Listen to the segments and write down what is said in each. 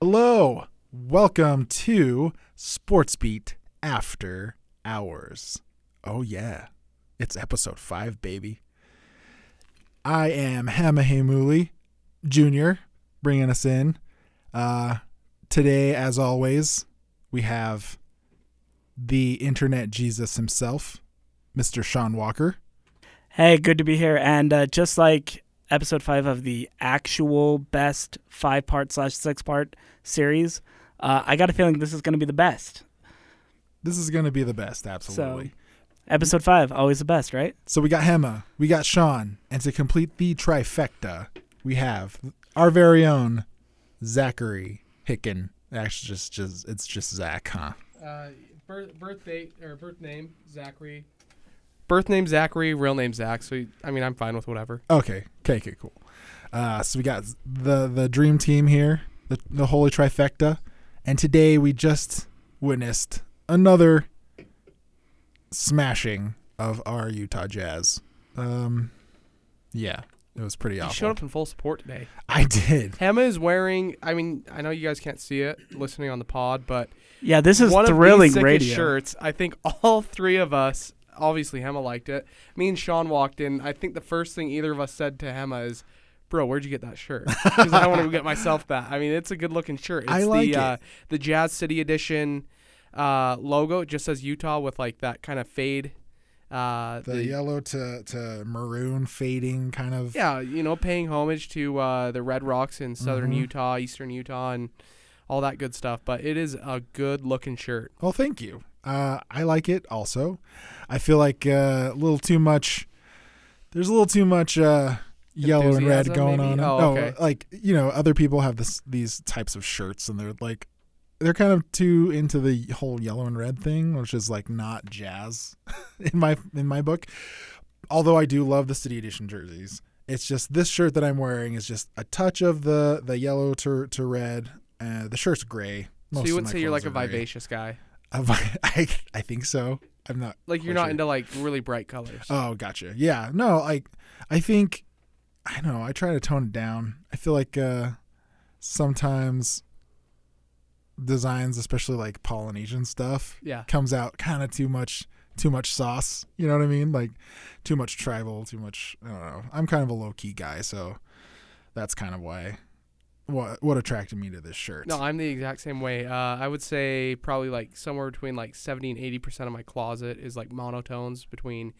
Hello. Welcome to Sports Beat After Hours. Oh, yeah. It's episode five, baby. I am Hamahemuli Jr., bringing us in. Uh, today, as always, we have the internet Jesus himself, Mr. Sean Walker. Hey, good to be here. And uh, just like episode five of the actual best five part slash six part series, uh, I got a feeling this is going to be the best. This is going to be the best, absolutely. So, Mm-hmm. episode five, always the best, right? So we got Hema, we got Sean, and to complete the trifecta, we have our very own Zachary Hicken. Actually, just just it's just Zach, huh? Uh, birth, birth date or birth name Zachary. Birth name Zachary, real name Zach. So I mean, I'm fine with whatever. Okay, okay, okay, cool. Uh, so we got the the dream team here, the the holy trifecta, and today we just witnessed another smashing of our Utah Jazz. Um, yeah, it was pretty You showed awful. up in full support today. I did. Hema is wearing. I mean, I know you guys can't see it listening on the pod, but Yeah, this is one of thrilling these sickest radio. shirts. I think all three of us. Obviously, Hema liked it. Me and Sean walked in. I think the first thing either of us said to Hema is, "Bro, where'd you get that shirt?" Because I want to get myself that. I mean, it's a good looking shirt. It's I like the, it. Uh, the Jazz City Edition uh, logo. It just says Utah with like that kind of fade. Uh, The yellow to to maroon fading kind of. Yeah, you know, paying homage to uh, the Red Rocks in southern Mhm. Utah, eastern Utah, and all that good stuff. But it is a good looking shirt. Well, thank you. Uh, I like it also. I feel like uh, a little too much. There's a little too much uh, yellow and red Enthusiasm, going maybe? on. Oh, no, okay. like you know, other people have this these types of shirts, and they're like, they're kind of too into the whole yellow and red thing, which is like not jazz in my in my book. Although I do love the city edition jerseys, it's just this shirt that I'm wearing is just a touch of the the yellow to to red. Uh, the shirt's gray. so Most you of wouldn't my say you're clothes like a are gray. vivacious guy. Have I, I, I think so. I'm not. Like you're quite not sure. into like really bright colors. Oh, gotcha. Yeah. No, like I think I don't know. I try to tone it down. I feel like uh sometimes designs, especially like Polynesian stuff, yeah. comes out kind of too much too much sauce. You know what I mean? Like too much tribal, too much I don't know. I'm kind of a low key guy, so that's kind of why what what attracted me to this shirt. No, I'm the exact same way. Uh, I would say probably like somewhere between like 70 and 80 percent of my closet is like monotones between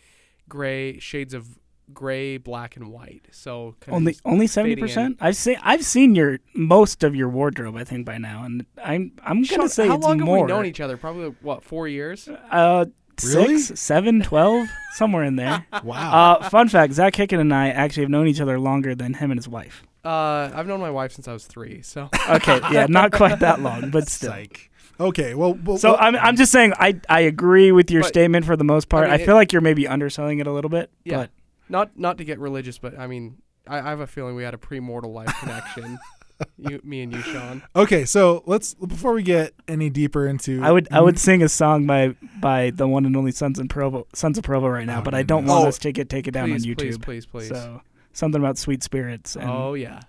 gray shades of gray, black, and white. So kind Only only seventy percent. I've seen I've seen your most of your wardrobe, I think, by now, and I'm I'm gonna say how it's long more. have we known each other? Probably what four years? Uh, Really? six, seven, twelve, somewhere in there. Wow. Uh, fun fact: Zach Hicken and I actually have known each other longer than him and his wife. Uh, I've known my wife since I was three. So Okay, yeah, not quite that long, but still. Psych. Okay, well, well So well- I'm, I'm just saying I, I agree with your But- statement for the most part. I, mean, it- feel like you're maybe underselling it a little bit. Yeah. But not not to get religious, but I mean, I, I have a feeling we had a pre-mortal life connection. you, me and you, Sean. Okay, so let's before we get any deeper into I would I would sing a song by by the one and only Sons and Provo Sons of Provo right now, Oh, but I don't goodness. want Oh, us to get taken down please, on YouTube. please, please, please. So something about sweet spirits and oh yeah.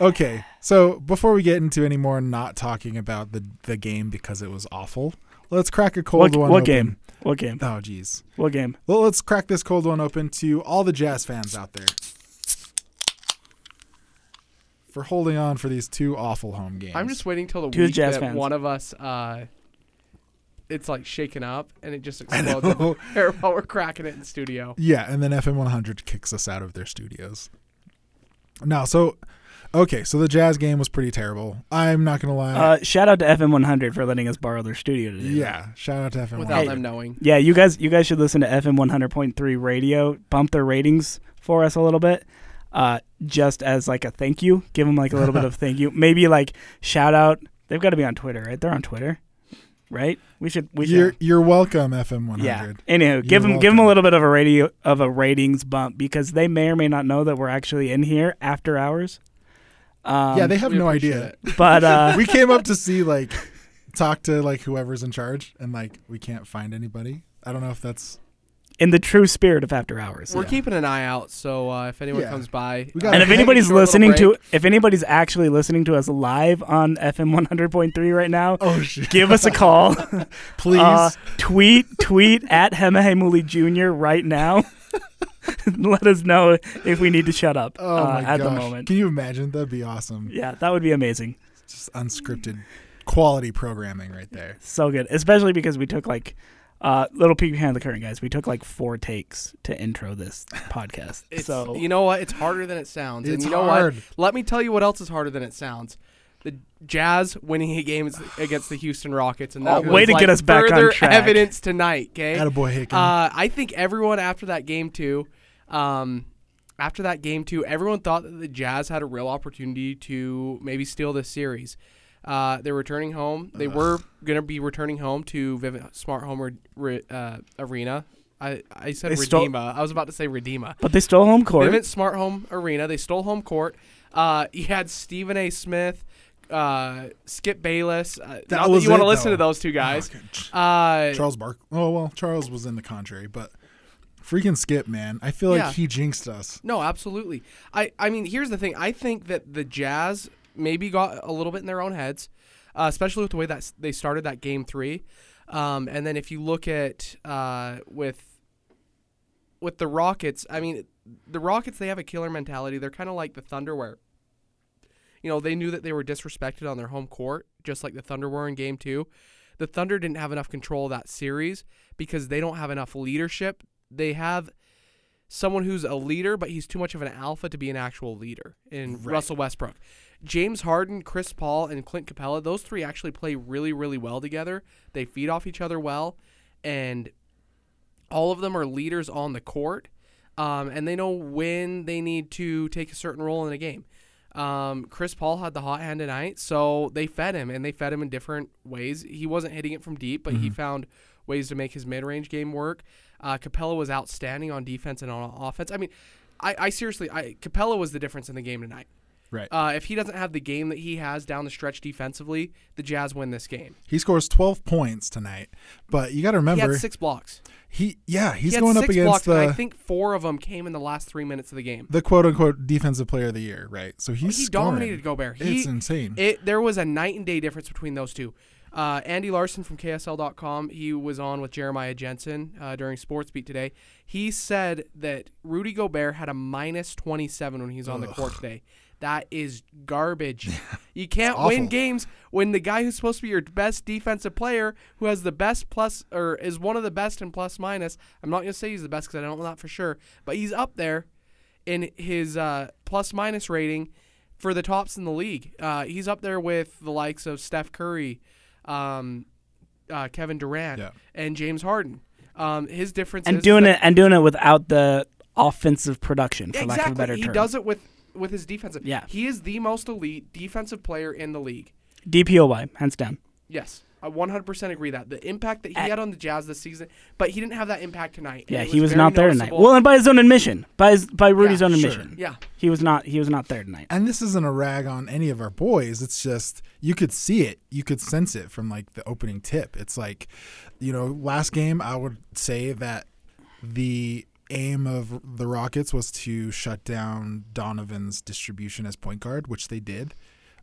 Okay. So before we get into any more not talking about the the game because it was awful, let's crack a cold what, one what open. game? What game? Oh jeez. What game? Well, let's crack this cold one open to all the jazz fans out there for holding on for these two awful home games. I'm just waiting till the To the week Jazz that fans. one of us, uh, it's like shaken up and it just I explodes know. everywhere while we're cracking it in studio. Yeah, and then FM 100 kicks us out of their studios. Now, so okay, so the jazz game was pretty terrible. I'm not gonna lie. Uh, shout out to FM 100 for letting us borrow their studio today. yeah, shout out to FM. Without 100. them knowing. Yeah, you guys you guys should listen to FM 100.3 radio, bump their ratings for us a little bit. Uh, just as like a thank you, give them like a little bit of thank you. Maybe like shout out. They've got to be on Twitter, right? They're on Twitter. Right? We should we you're should you're welcome, FM 100. yeah. Anyhow, give them give them welcome. a little bit of a radio of a ratings bump because they may or may not know that we're actually in here after hours. Um, yeah, they have We no appreciate idea. it. But uh, we came up to see like talk to like whoever's in charge and like we can't find anybody. I don't know if that's in the true spirit of After Hours. We're keeping an eye out, so uh, if anyone Yeah. comes by, We uh, got And if Okay. anybody's short little listening to, break. if anybody's actually listening to us live on FM 100.3 right now, Oh shit! give us a call. Please, Uh, tweet, tweet at Hemahemuli Jr. right now. Let us know if we need to shut up oh uh, my at gosh! the moment. Can you imagine? That'd be awesome. Yeah, that would be amazing. Just unscripted, quality programming right there. So good, especially because we took like uh, little peek behind the curtain, guys. We took like four takes to intro this podcast. it's, so you know what? It's harder than it sounds. and It's you know hard. what? Let me tell you what else is harder than it sounds. The Jazz winning a game is- against the Houston Rockets, and that Oh, was way to like, get us back on further track. Evidence tonight, okay? Attaboy Oh, Hickman. Uh, I think everyone after that game too, um, after that game too, everyone thought that the Jazz had a real opportunity to maybe steal this series. Uh, they're returning home. They were gonna be returning home to Vivint Smart Home re- re- uh, Arena. I, I said They stole- Redeema. I was about to say Redeema. but they stole home court. Vivint Smart Home Arena. They stole home court. Uh, you had Stephen A. Smith, uh, Skip Bayless. Uh, not that was you want it, to listen though. to those two guys. Okay. Uh, Charles Bark. Oh well, Charles was in the contrary, but freaking Skip, man. I feel like Yeah. he jinxed us. No, absolutely. I, I mean, here's the thing. I think that the Jazz maybe got a little bit in their own heads, uh, especially with the way that s- they started that game three. Um, and then if you look at uh, with with the Rockets, I mean, the Rockets they have a killer mentality. They're kind of like the Thunder, where you know they knew that they were disrespected on their home court, just like the Thunder were in Game Two. The Thunder didn't have enough control of that series because they don't have enough leadership. They have someone who's a leader, but he's too much of an alpha to be an actual leader in Russell Westbrook. James Harden, Chris Paul, and Clint Capella, those three actually play really, really well together. They feed off each other well, and all of them are leaders on the court, um, and they know when they need to take a certain role in a game. Um, Chris Paul had the hot hand tonight, so they fed him, and they fed him in different ways. He wasn't hitting it from deep, but he found ways to make his mid-range game work. Uh, Capella was outstanding on defense and on offense. I mean, I, I seriously, I, Capella was the difference in the game tonight. Right. Uh, if he doesn't have the game that he has down the stretch defensively, the Jazz win this game. he scores 12 points tonight, but you got to He remember had six blocks. he yeah he's he had going six up against blocks, and I the think four of them came in the last three minutes of the game. the quote unquote defensive player of the year, right? So he's he scoring. dominated Gobert. He, it's insane. It there was a night and day difference between those two. Uh, Andy Larson from KSL.com, he was on with Jeremiah Jensen uh, during Sports Beat today. He said that Rudy Gobert had a minus 27 when he was on the court today. That is garbage. You can't win awful. games when the guy who's supposed to be your best defensive player, who has the best plus or is one of the best in plus minus. I'm not gonna say he's the best because I don't know that for sure, but he's up there in his uh, plus minus rating for the tops in the league. Uh, he's up there with the likes of Steph Curry, um, uh, Kevin Durant, Yeah. and James Harden. Um, his difference and is doing that- it and doing it without the offensive production, for lack of a better he term. does it with with his defensive. Yeah. he is the most elite defensive player in the league. DPOY, hands down. Yes, I 100% agree that the impact that he At- had on the Jazz this season, but he didn't have that impact tonight. and Yeah, it he was very not there tonight. noticeable. Well, and by his own admission, by his, by Rudy's Yeah, own sure. admission, yeah, he was not he was not there tonight. and this isn't a rag on any of our boys. It's just you could see it, you could sense it from like the opening tip. It's like, you know, last game I would say that the aim of the Rockets was to shut down Donovan's distribution as point guard, which they did.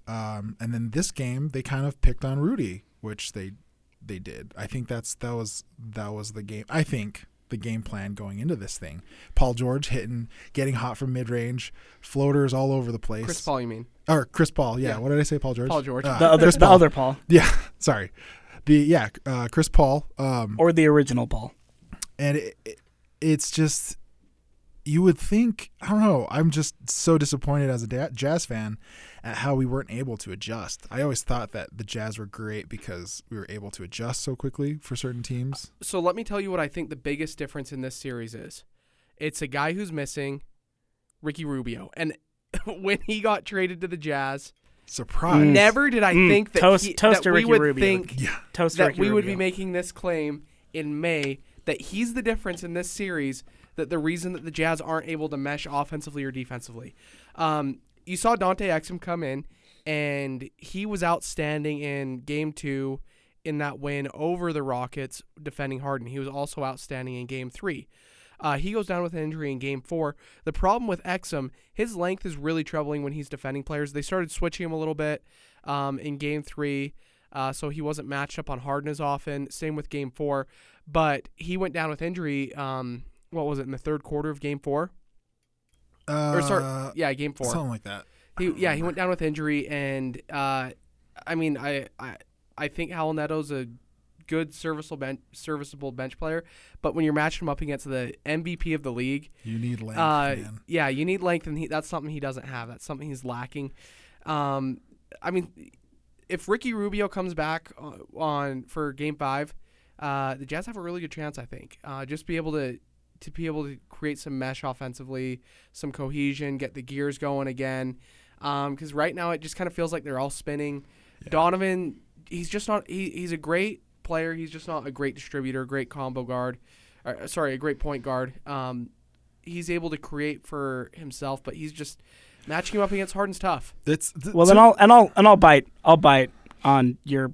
Um, and then this game they kind of picked on Rudy, which they they did. I think that's that was that was the game. I think the game plan going into this thing. Paul George hitting, getting hot from mid range, floaters all over the place. Chris Paul, you mean? or Chris Paul. Yeah, Yeah. what did I say? Paul George. Paul George. Ah, The other Chris the Paul. other Paul Yeah, sorry. The yeah, uh, Chris Paul. Um, or the original Paul. and it, it, it's just you would think I don't know. I'm just so disappointed as a da- jazz fan at how we weren't able to adjust. I always thought that the Jazz were great because we were able to adjust so quickly for certain teams. So let me tell you what I think the biggest difference in this series is. It's a guy who's missing, Ricky Rubio, and when he got traded to the Jazz, Surprise! Mm. never did I Mm. think that, Toast- he, toast that to we Ricky would Rubio. think Yeah, Toast that Ricky we would be Rubio. making this claim in May that he's the difference in this series. That the reason that the Jazz aren't able to mesh offensively or defensively. Um, you saw Dante Exum come in, and he was outstanding in Game Two, in that win over the Rockets defending Harden. He was also outstanding in game three. Uh, he goes down with an injury in game four. The problem with Exum, his length is really troubling when he's defending players. They started switching him a little bit um, in game three, uh, so he wasn't matched up on Harden as often. Same with game four, but he went down with injury. Um, what was it in the third quarter of game four? Uh, Or sorry, yeah, game four. something like that. He yeah, he went down with injury, and uh, I mean, I I I think Hal Neto's a good serviceable bench serviceable bench player, but when you're matching him up against the MVP of the league, You need length, uh, man. yeah, you need length, and he, that's something he doesn't have. That's something he's lacking. Um, I mean, if Ricky Rubio comes back on, on for Game Five, uh, the Jazz have a really good chance. I think uh, just be able to to be able to create some mesh offensively, some cohesion, get the gears going again. Because right now it just kind of feels like they're all spinning. Donovan, he's just not. He, he's a great player. He's just not a great distributor, a great combo guard. Or, sorry, a great point guard. Um, he's able to create for himself, but he's just matching him up against Harden's tough. That's th- Well, so- then I'll and I'll and I'll bite. I'll bite on your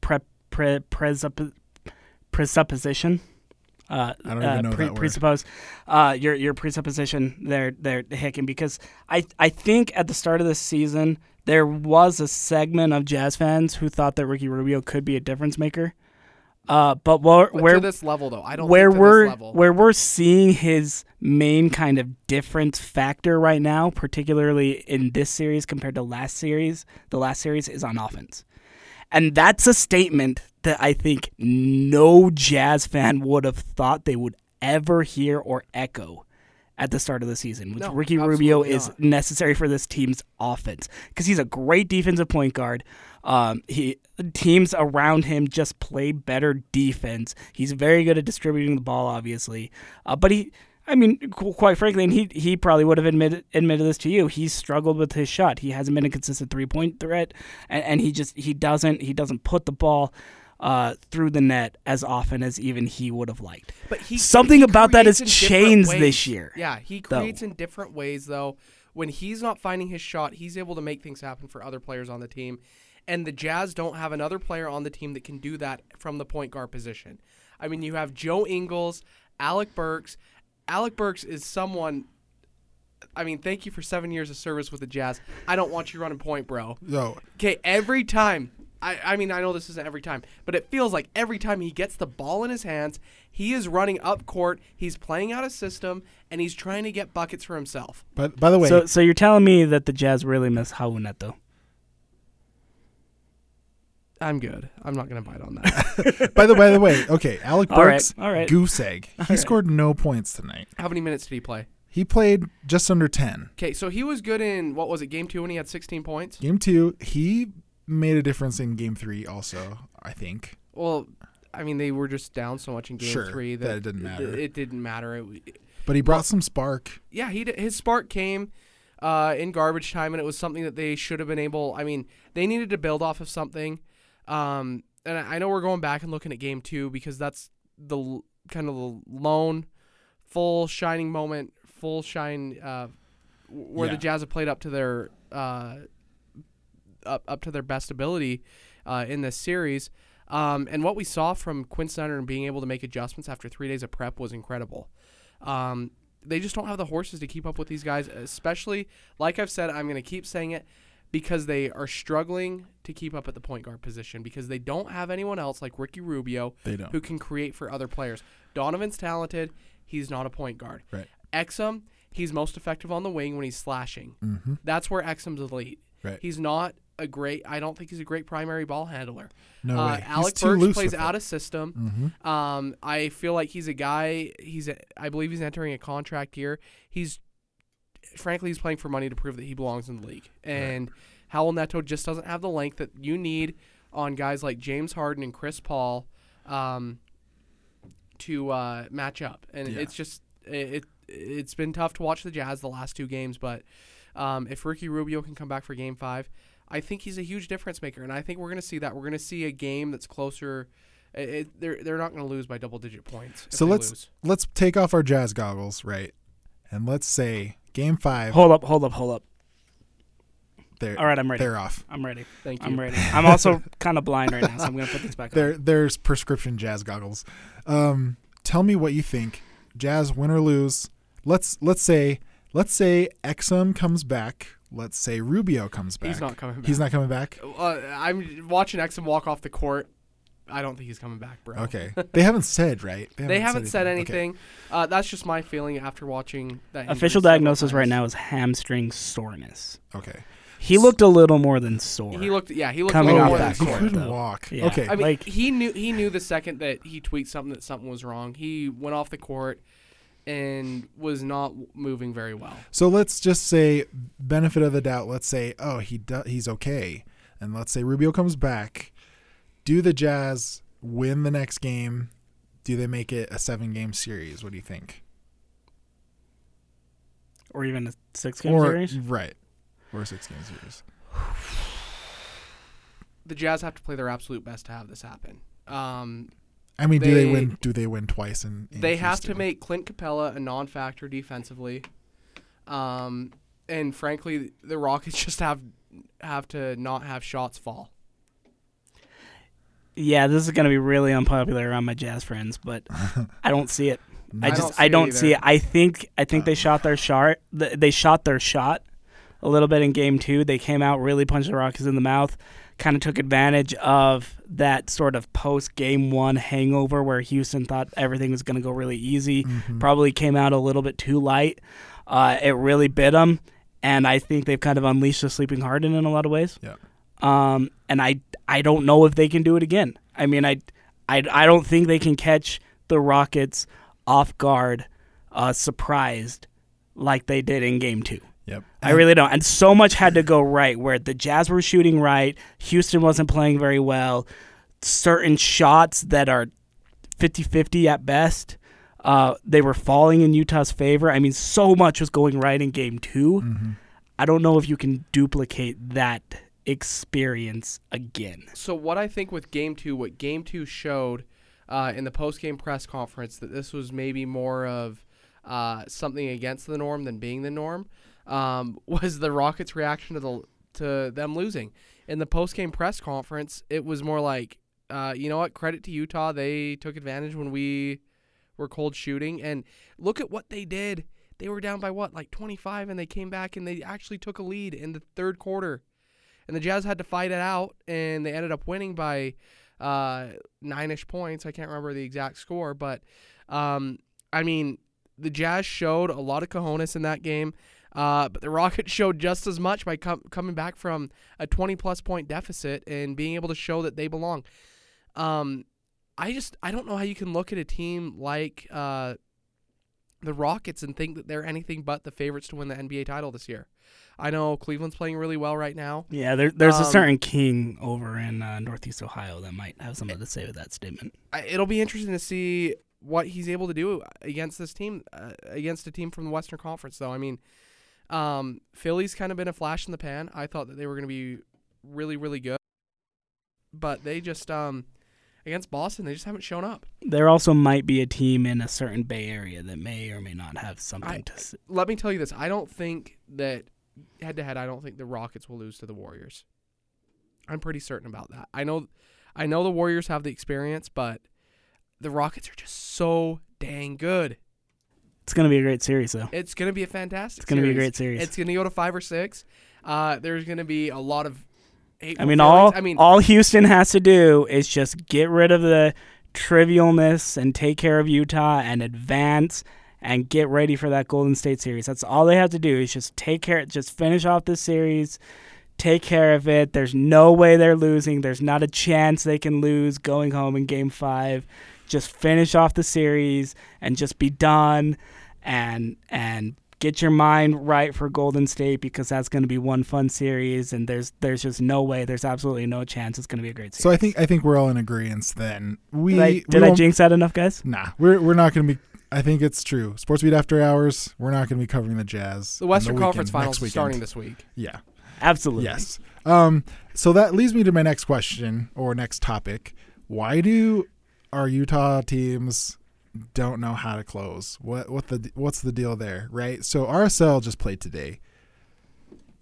pre pre presupp- presupposition. Uh, I don't uh, even know pre- that word. Presuppose uh, your your presupposition there there Hicken because I I think at the start of this season there was a segment of Jazz fans who thought that Ricky Rubio could be a difference maker. Uh, but where But where to this level, though, I don't. where think to we're this level. where we're seeing his main kind of difference factor right now, particularly in this series compared to last series, the last series is on offense. And that's a statement that I think no Jazz fan would have thought they would ever hear or echo at the start of the season. Which No, Ricky Rubio absolutely is not. necessary for this team's offense because he's a great defensive point guard. Um, he teams around him just play better defense. He's very good at distributing the ball, obviously, uh, but he. I mean, qu- quite frankly, and he he probably would have admitted admitted this to you. He's struggled with his shot. He hasn't been a consistent three point threat, and, and he just he doesn't he doesn't put the ball uh, through the net as often as even he would have liked. But he Something he about that creates has in different changed ways. this year, Yeah, he though. creates in different ways though. When he's not finding his shot, he's able to make things happen for other players on the team, and the Jazz don't have another player on the team that can do that from the point guard position. I mean, you have Joe Ingles, Alec Burks. Alec Burks is someone. I mean, thank you for seven years of service with the Jazz. I don't want you running point, bro. so Okay, every time. I, I mean, I know this isn't every time, but it feels like every time he gets the ball in his hands, he is running up court, he's playing out a system, and he's trying to get buckets for himself. But by the way, So, so you're telling me that the Jazz really miss Raul Neto? I'm good. I'm not going to bite on that. by the by the way, okay, Alec All right, Burks, all right. goose egg. He scored no points tonight. How many minutes did he play? He played just under ten. Okay, so he was good in, what was it, game two when he had 16 points? Game two, he made a difference in game three. Also, I think. Well, I mean, they were just down so much in game Sure, three that it didn't matter. It, didn't matter. It, But he brought some spark. yeah, he did, his spark came uh, in garbage time, and it was something that they should have been able. I mean, they needed to build off of something. Um, and I I know we're going back and looking at game two because that's the l- kind of the lone full shining moment, full shine uh, w- where the Yeah. Jazz have played up to their uh, up up to their best ability uh, in this series. Um, and what we saw from Quinn Snyder and being able to make adjustments after three days of prep was incredible. Um, they just don't have the horses to keep up with these guys, especially like I've said, I'm going to keep saying it because they are struggling to keep up at the point guard position because they don't have anyone else like Ricky Rubio They don't. who can create for other players. Donovan's talented. He's not a point guard. Right. Exum, he's most effective on the wing when he's slashing. Mm-hmm. That's where Exum's elite. Right. He's not a great. I don't think he's a great primary ball handler. No uh, way. Alec He's too Burks loose plays with it. out of system. Mhm. Um, I feel like he's a guy. He's a, I believe he's entering a contract year. He's frankly he's playing for money to prove that he belongs in the league. And Howell Neto just doesn't have the length that you need on guys like James Harden and Chris Paul um, to uh, match up. And Yeah. it's just it, it it's been tough to watch the Jazz the last two games, but um, if Ricky Rubio can come back for Game Five, I think he's a huge difference maker, and I think we're going to see that. We're going to see a game that's closer. It, it- they're they're not going to lose by double digit points. if So they let's lose. let's take off our jazz goggles, right? And let's say game five. Hold up, hold up, hold up. They're All right, I'm ready. they're off. I'm ready. Thank you. I'm ready. I'm also kind of blind right now, so I'm gonna put these back on. There, there's prescription jazz goggles. Um, tell me what you think. Jazz win or lose. Let's let's say let's say Exum comes back. Let's say Rubio comes back. He's not coming back. He's not coming back. Uh, I'm watching Exum walk off the court. I don't think he's coming back, bro. Okay. they haven't said right. They haven't said anything. Uh, that's just my feeling after watching that. injury Official several diagnosis right times. now is hamstring soreness. Okay. okay. He looked a little more than sore. He looked, yeah, he looked Coming a off little more that he than court, sore. couldn't though. walk. Yeah. Okay. I mean, Like- he knew he knew the second that he tweaked something that something was wrong. He went off the court and was not w- moving very well. So let's just say benefit of the doubt. Let's say oh he do, he's okay, and let's say Rubio comes back. Do the Jazz win the next game? Do they make it a seven game series? What do you think? or even a six game or series. right, or a six game series? The Jazz have to play their absolute best to have this happen. Um, I mean, do they They- win? Do they win twice? And they have to make Clint Capella a non-factor defensively, um, and frankly, the Rockets just have have to not have shots fall. Yeah, this is gonna be really unpopular around my jazz friends, but I don't see it. I I just don't see I it don't either. Oh. see it. I think I think they shot their shot. th- They shot their shot a little bit in game two. They came out really punched the Rockets in the mouth. Kind of took advantage of that sort of post game one hangover where Houston thought everything was going to go really easy. Mm-hmm. Probably came out a little bit too light. Uh, it really bit them, and I think they've kind of unleashed the sleeping Harden in a lot of ways. Yeah. Um, and I I don't know if they can do it again. I mean, I I, I don't think they can catch the Rockets off guard, uh, surprised like they did in Game Two. Yep. I really don't. And so much had to go right where the Jazz were shooting right, Houston wasn't playing very well, certain shots that are 50 50 at best. Uh, they were falling in Utah's favor. I mean, so much was going right in game 2 I don't know if you can duplicate that experience again. So what I think with Game Two, what Game Two showed uh, in the post-game press conference, that this was maybe more of uh, something against the norm than being the norm, um, was the Rockets' reaction to the to them losing. In the post-game press conference, it was more like, uh, you know what? Credit to Utah, they took advantage when we were cold shooting, and look at what they did. They were down by what, like 25, and they came back and they actually took a lead in the third quarter and the Jazz had to fight it out, and they ended up winning by uh, nine-ish points. I can't remember the exact score, but um, I mean, the Jazz showed a lot of cojones in that game, uh, but the Rockets showed just as much by com- coming back from a 20-plus point deficit and being able to show that they belong. Um, I just I don't know how you can look at a team like uh, the Rockets and think that they're anything but the favorites to win the NBA title this year. I know Cleveland's playing really well right now. Yeah, there, there's a Um, certain king over in uh, Northeast Ohio that might have something to say with that statement. I- it'll be interesting to see what he's able to do against this team, uh, against a team from the Western Conference. Though I mean, um, Philly's kind of been a flash in the pan. I thought that they were going to be really, really good, but they just um, against Boston, they just haven't shown up. There also might be a team in a certain Bay Area that may or may not have something I- to s- Let me tell you this: I don't think that head to head, I don't think the Rockets will lose to the Warriors. I'm pretty certain about that. I know, I know the Warriors have the experience, but the Rockets are just so dang good. It's gonna be a great series, though. It's gonna be a fantastic. It's gonna be a series. great series. It's gonna go to five or six. Uh, there's gonna be a lot of. I hateful mean, feelings. all I mean, all Houston has to do is just get rid of the trivialness and take care of Utah and advance and get ready for that Golden State series. That's all they have to do is just take care, just finish off this series, take care of it. There's no way they're losing. There's not a chance they can lose going home in Game Five. Just finish off the series and just be done, and and get your mind right for Golden State because that's going to be one fun series. And there's there's just no way. There's absolutely no chance it's going to be a great series. So I think I think we're all in agreement. Then we did I, we did I won't- jinx that enough, guys? Nah, we're we're not going to be. I think it's true. Sports Beat After Hours. We're not going to be covering the Jazz. the Western on Conference weekend, next Finals are weekend. starting this week. Yeah. Absolutely. Yes. Um. So that leads me to my next question or next topic. Why do our Utah teams don't know how to close? What what the what's the deal there? Right. So RSL just played today.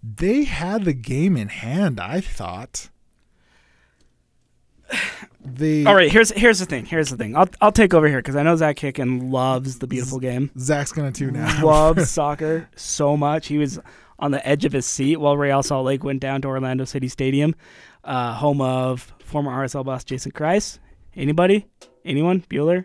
They had the game in hand, I thought. They All right, here's here's the thing. Here's the thing. I'll I'll take over here because I know Zach Hicken loves the beautiful game. Zach's gonna tune out. Loves soccer so much. He was on the edge of his seat while Real Salt Lake went down to Orlando City Stadium, uh, home of former RSL boss Jason Kreis. Anybody? Anyone? Bueller?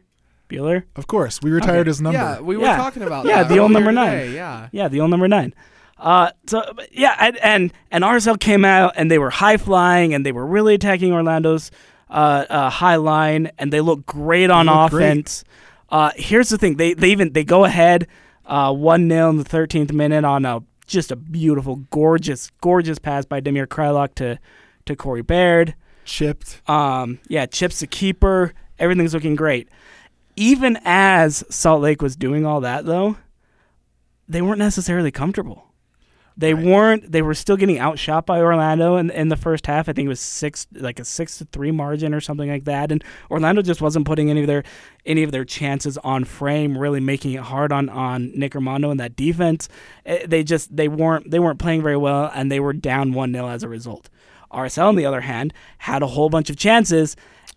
Bueller? of course, we retired his number. Yeah, we were Yeah. talking about Yeah, that the old earlier number nine. today, Yeah. Yeah, the old number nine. Uh, so but yeah, and, and and RSL came out and they were high flying and they were really attacking Orlando's uh, uh, high line and they looked great on looked great. offense. Uh, here's the thing: they they even they go ahead uh, one 0 in the 13th minute on a just a beautiful, gorgeous, gorgeous pass by Demir Krylock to to Corey Baird. Chipped. Um, yeah, chips the keeper. Everything's looking great. Even as Salt Lake was doing all that, though, they weren't necessarily comfortable. They Right. weren't. They were still getting outshot by Orlando in, in the first half. I think it was six, like a six to three margin or something like that. And Orlando just wasn't putting any of their any of their chances on frame, really making it hard on on Nick Armando and that defense. Eh, They just they weren't they weren't playing very well, and they were down one 0 as a result. RSL, on the other hand, had a whole bunch of chances,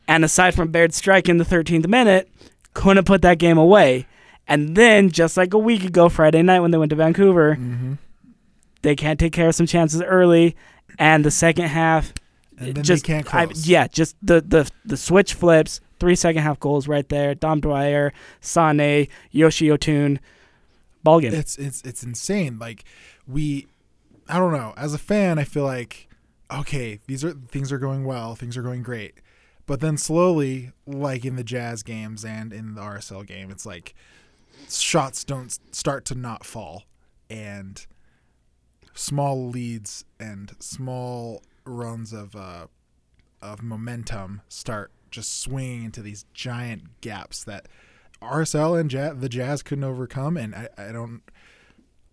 and aside from Baird's strike in the 13th minute, couldn't put that game away. And then, just like a week ago, Friday night when they went to Vancouver, Mm-hmm. they can't take care of some chances early, and the second half, And then it they just can't I- close. yeah, just the the the switch flips, three second half goals right there. Dom Dwyer, Sane, Yoshi Otun, ball game. It's it's it's insane. Like we, I don't know. As a fan, I feel like okay, these are things are going well, things are going great, but then slowly, like in the Jazz games and in the RSL game, it's like shots don't s- start to not fall, and small leads and small runs of uh of momentum start just swinging into these giant gaps that RSL and ja- the Jazz couldn't overcome, and I, I don't,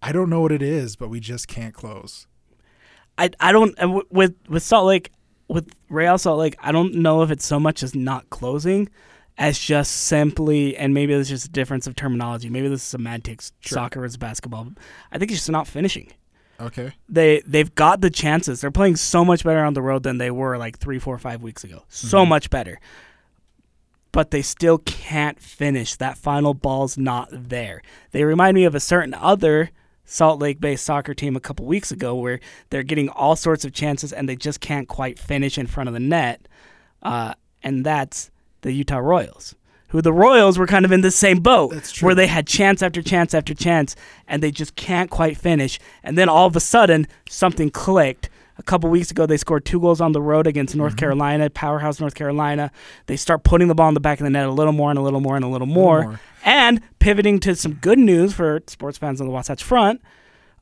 I don't know what it is, but we just can't close. I I don't and w- with with Salt Lake with Real Salt Lake. I don't know if it's so much as not closing, as just simply and maybe it's just a difference of terminology. Maybe this is semantics. Sure. Soccer is basketball. I think it's just not finishing. Okay, they they've got the chances. They're playing so much better on the road than they were like three, four, five weeks ago. So Mm-hmm. much better. But they still can't finish. That final ball's not there. They remind me of a certain other Salt Lake based soccer team a couple weeks ago where they're getting all sorts of chances and they just can't quite finish in front of the net. Uh, and that's the Utah Royals, who the Royals were kind of in the same boat That's true. where they had chance after chance after chance and they just can't quite finish. And then all of a sudden, something clicked. A couple weeks ago, they scored two goals on the road against North Carolina, powerhouse North Carolina. They start putting the ball in the back of the net a little more and a little more and a little more. more. And pivoting to some good news for sports fans on the Wasatch Front.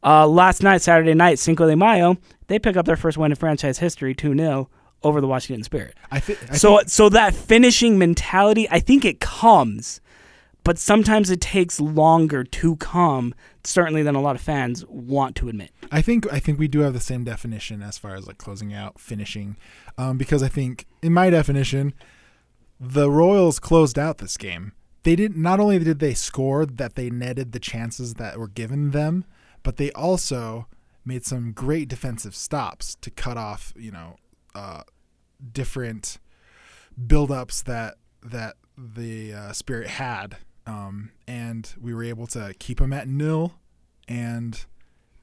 Uh, last night, Saturday night, Cinco de Mayo, they pick up their first win in franchise history, 2 0 over the Washington Spirit I, thi- I so so that finishing mentality i think it comes but sometimes it takes longer to come certainly than a lot of fans want to admit I think I think we do have the same definition as far as like closing out, finishing, um, because I think in my definition, the Royals closed out this game. They didn't. Not only did they score that they netted the chances that were given them, but they also made some great defensive stops to cut off you know uh, different buildups that that the uh, Spirit had, um, and we were able to keep them at nil and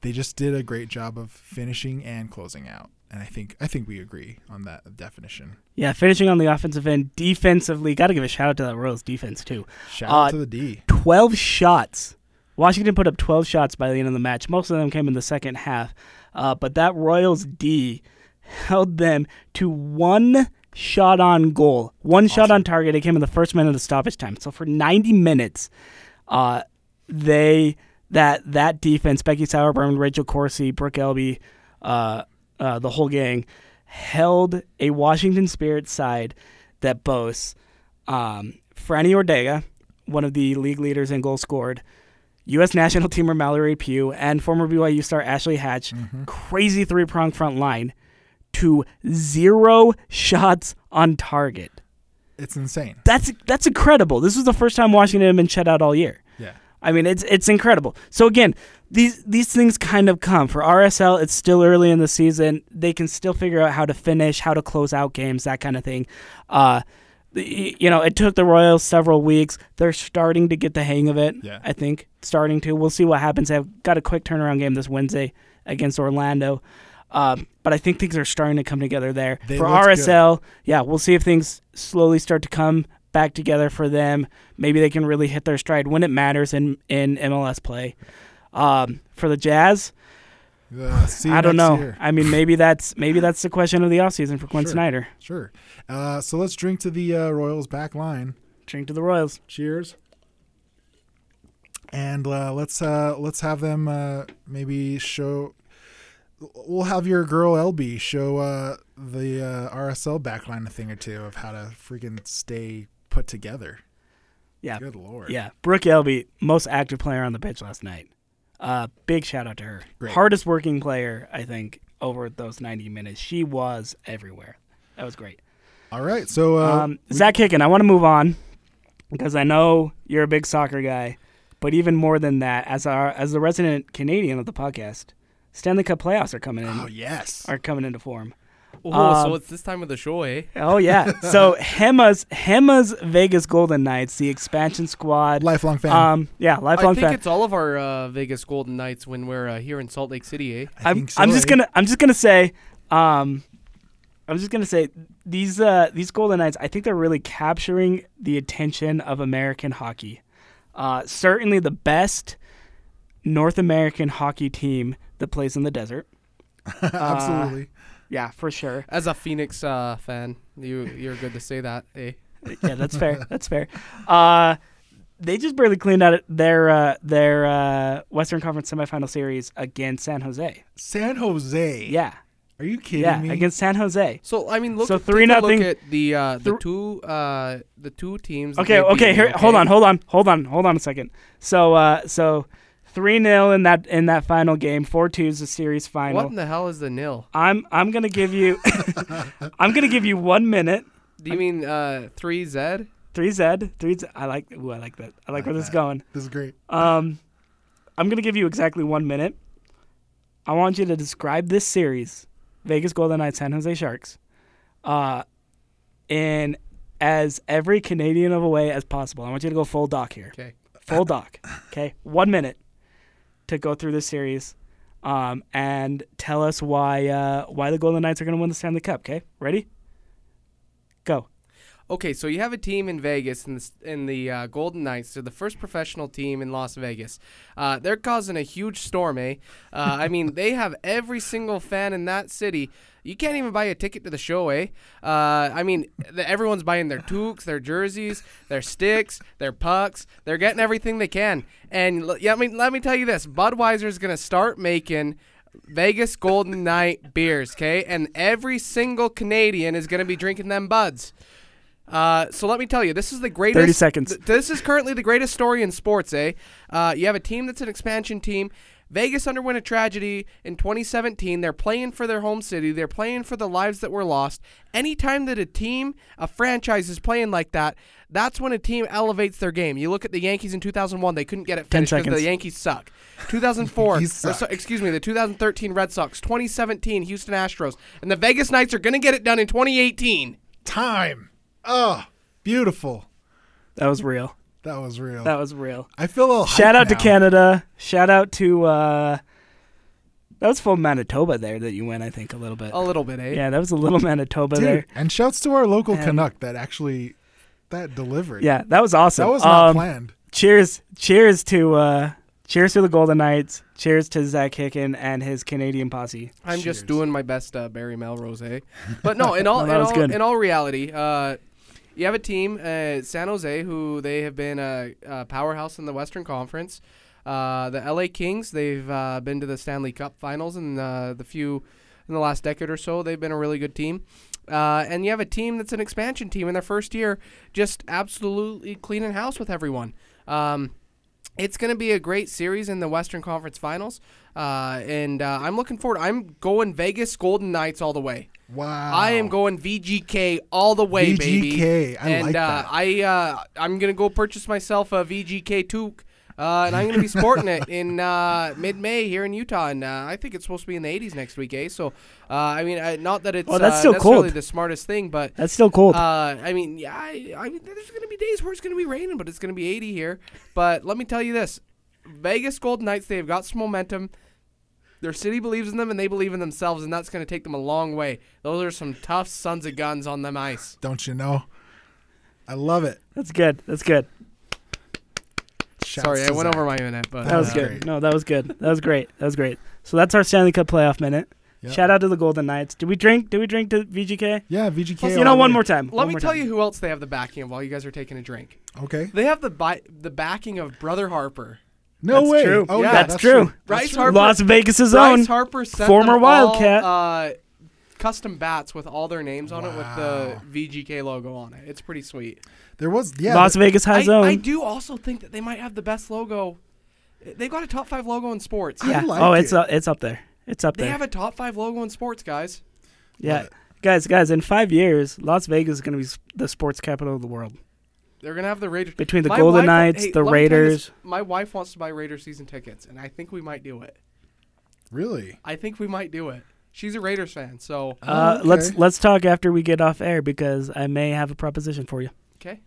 they just did a great job of finishing and closing out. And I think I think we agree on that definition. yeah finishing on the offensive end defensively gotta give a shout out to that royals defense too Shout out Uh, to the D. 12 shots. Washington put up 12 shots by the end of the match. Most of them came in the second half. Uh, but that Royals D held them to one shot on goal, one shot on target. It came in the first minute of stoppage time. So for 90 minutes, uh, they that that defense, Becky Sauerbrunn, Rachel Corsi, Brooke Elby, uh, uh, the whole gang, held a Washington Spirit side that boasts um, Franny Ortega, one of the league leaders in goals scored, U.S. national teamer Mallory Pugh, and former BYU star Ashley Hatch, crazy three prong front line to zero shots on target. It's insane. That's that's incredible. This was the first time Washington had been shut out all year. Yeah. I mean, it's it's incredible. So again, these these things kind of come for RSL. It's still early in the season. They can still figure out how to finish, how to close out games, that kind of thing. Uh, the- you know, it took the Royals several weeks. They're starting to get the hang of it. Yeah. I think starting to. We'll see what happens. I've got a quick turnaround game this Wednesday against Orlando. Um, but I think things are starting to come together there They for looked good. RSL. Yeah, we'll see if things slowly start to come back together for them. Maybe they can really hit their stride when it matters in in MLS play. Um, for the Jazz, Uh, see you I don't next know. year. I mean, maybe that's maybe that's the question of the offseason for Quinn Sure. Snyder. Sure. Uh, so let's drink to the uh, Royals back line. Drink to the Royals. Cheers. And uh, let's uh, let's have them uh, maybe show. We'll have your girl LB show uh, the uh, RSL backline a thing or two of how to freaking stay put together. Yeah. Good lord. Yeah, Brooke Elby, most active player on the pitch last night. Uh, big shout out to her. Great. Hardest working player, I think, over those 90 minutes. She was everywhere. That was great. All right. So uh, um, Zach Hicken, I want to move on because I know you're a big soccer guy, but even more than that, as our as the resident Canadian of the podcast, Stanley Cup playoffs are coming in oh yes. are coming into form. Oh, Um, so it's this time of the show, eh? Oh yeah, so Hema's Hema's Vegas Golden Knights, the expansion squad. Lifelong fan. Um, yeah, I lifelong think fan. it's all of our uh, Vegas Golden Knights when we're uh, here in Salt Lake City, eh? I I'm, think so, I'm just eh? gonna I'm just gonna say um, I'm just gonna say these uh, these Golden Knights I think they're really capturing the attention of American hockey. Uh, certainly the best North American hockey team that plays in the desert. Absolutely. uh, Yeah, for sure. As a Phoenix uh, fan, you you're good to say that, eh? Yeah, that's fair. That's fair. Uh, they just barely cleaned out their uh, their uh, Western Conference semifinal series against San Jose. San Jose. Yeah, Are you kidding yeah, me? against San Jose. So I mean, look. So take a 3-0 Look at the uh, the Thr- two uh, the two teams. that Okay, they okay, beat, here hold okay? on, hold on, hold on, hold on a second. So uh so three 0 in that in that final game, four two is the series final. What in the hell is the nil? I'm I'm gonna give you I'm gonna give you one minute. Do you mean uh, three Z? Three Z, three Z I like ooh, I like that. I like where this is that. going. This is great. Um I'm gonna give you exactly one minute. I want you to describe this series, Vegas Golden Knights, San Jose Sharks, uh in as every Canadian of a way as possible. I want you to go full doc here. Okay. full doc. Okay, one minute to go through this series, um, and tell us why uh, why the Golden Knights are going to win the Stanley Cup. Okay, ready? Go. Okay, so you have a team in Vegas, in the, s- in the uh, Golden Knights. They're the first professional team in Las Vegas. Uh, they're causing a huge storm, eh? Uh, I mean, they have every single fan in that city. You can't even buy a ticket to the show, eh? Uh, I mean, the, everyone's buying their toques, their jerseys, their sticks, their pucks. They're getting everything they can. And l- yeah, I mean, let me tell you this: Budweiser's going to start making Vegas Golden Knight beers, okay? And every single Canadian is going to be drinking them buds. Uh, so let me tell you, this is the greatest. 30 seconds. th- this is currently the greatest story in sports, eh? Uh, you have a team that's an expansion team. Vegas underwent a tragedy in 2017. They're playing for their home city. They're playing for the lives that were lost. Anytime that a team, a franchise is playing like that, that's when a team elevates their game. You look at the Yankees in 2001; they couldn't get it finished because seconds. the Yankees suck. 2004, or Yankees so- suck. excuse me, the 2013 Red Sox, 2017 Houston Astros, and the Vegas Knights are going to get it done in 2018. Time. Oh, beautiful. That was real. That was real. That was real. I feel a little Shout out hyped to now. Canada. Shout out to uh, that was full Manitoba there that you went. I think a little bit. A little bit, eh? Yeah, that was a little Manitoba Oh, Dude, there. and shouts to our local And- Canuck that actually that delivered. Yeah, that was awesome. that was not Um, planned. cheers cheers to uh cheers to the golden knights cheers to zach hicken and his canadian posse I'm Cheers. just doing my best, uh, Barry Melrose. eh? But no, in all, Well, that in, was all good. in all reality, uh, you have a team, uh, San Jose, who they have been a, a powerhouse in the Western Conference. Uh, the LA Kings, they've uh, been to the Stanley Cup Finals in uh, the few in the last decade or so. They've been a really good team. Uh, and you have a team that's an expansion team in their first year, just absolutely cleaning house with everyone. Um, it's going to be a great series in the Western Conference Finals, uh, and uh, I'm looking forward. I'm going Vegas Golden Knights all the way. Wow. I am going VGK all the way, baby. VGK. I and like uh, that. I uh, I'm gonna go purchase myself a VGK toque. Uh, and I'm going to be sporting it in uh, mid-May here in Utah, and uh, I think it's supposed to be in the 80s next week, eh? So, uh, I mean, I, not that it's Oh, Well, that's uh, still necessarily cold. the smartest thing, but That's still cold. uh, I mean, yeah, I, I mean, there's going to be days where it's going to be raining, but it's going to be 80 here. But let me tell you this: Vegas Golden Knights, they've got some momentum. Their city believes in them, and they believe in themselves, and that's going to take them a long way. Those are some tough sons of guns on them ice. Don't you know? I love it. That's good. That's good. Shouts Sorry, I to went Zach. over my minute, but That was Uh, good. great. No, that was good. That was great. That was great. So that's our Stanley Cup playoff minute. Yep. Shout out to the Golden Knights. Did we drink? Did we drink to VGK? Yeah, VGK. you know, all one day. more time. Let me tell you who else they have the backing of while you guys are taking a drink. Okay. They have the bi- the backing of Brother Harper. No That's way. true. Oh, yeah, Yeah, that's true. Bryce true. Harper. Las Vegas's Bryce own. Harper sent former them all, Wildcat. uh, custom bats with all their names on it with Wow. the VGK logo on it. It's pretty sweet. There was yeah. Las th- Vegas I, has own. I do also think that they might have the best logo. They've got a top five logo in sports. I yeah. like oh, it's it. up, it's up there. It's up They there. have a top five logo in sports, guys. yeah. But- Guys, guys, in five years, Las Vegas is going to be s- the sports capital of the world. They're gonna have the Raiders Between the My Golden wife- Knights, hey, the let me tell you this. Raiders. My wife wants to buy Raiders season tickets, and I think we might do it. really. I think we might do it. She's a Raiders fan, so Uh, Oh, Let's okay. let's talk after we get off air because I may have a proposition for you. okay.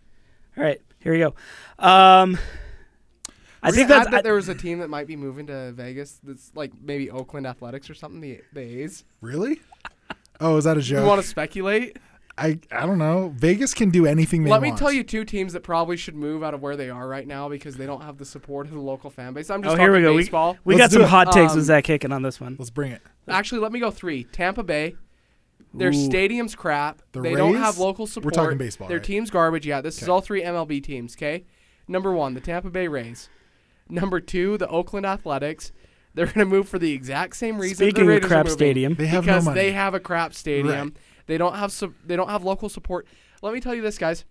All right, here we go. Um, I Were you think that's sad that there was a team that might be moving to Vegas. That's like maybe Oakland Athletics or something. The, the A's. Really. Oh, is that a You joke? want to speculate? I I don't know. Vegas can do anything they Let want. me tell you two teams that probably should move out of where they are right now because they don't have the support of the local fan base. I'm just Oh, here we talking go. We- baseball. we Let's got do some it. hot takes Um, with Zach Hicken on this one. Let's bring it. Actually, let me go three. Tampa Bay. Their Ooh. stadium's crap. The they don't Rays? have local We're support. talking baseball, Their right? team's garbage. Yeah, this is Okay. all three MLB teams. Okay. Number one, the Tampa Bay Rays. Number two, the Oakland Athletics. They're going to move for the exact same reason. the Speaking of Raiders are crap moving. stadium, They have because no money. they have a crap stadium. Right. They don't have su- they don't have local support. Let me tell you this, guys.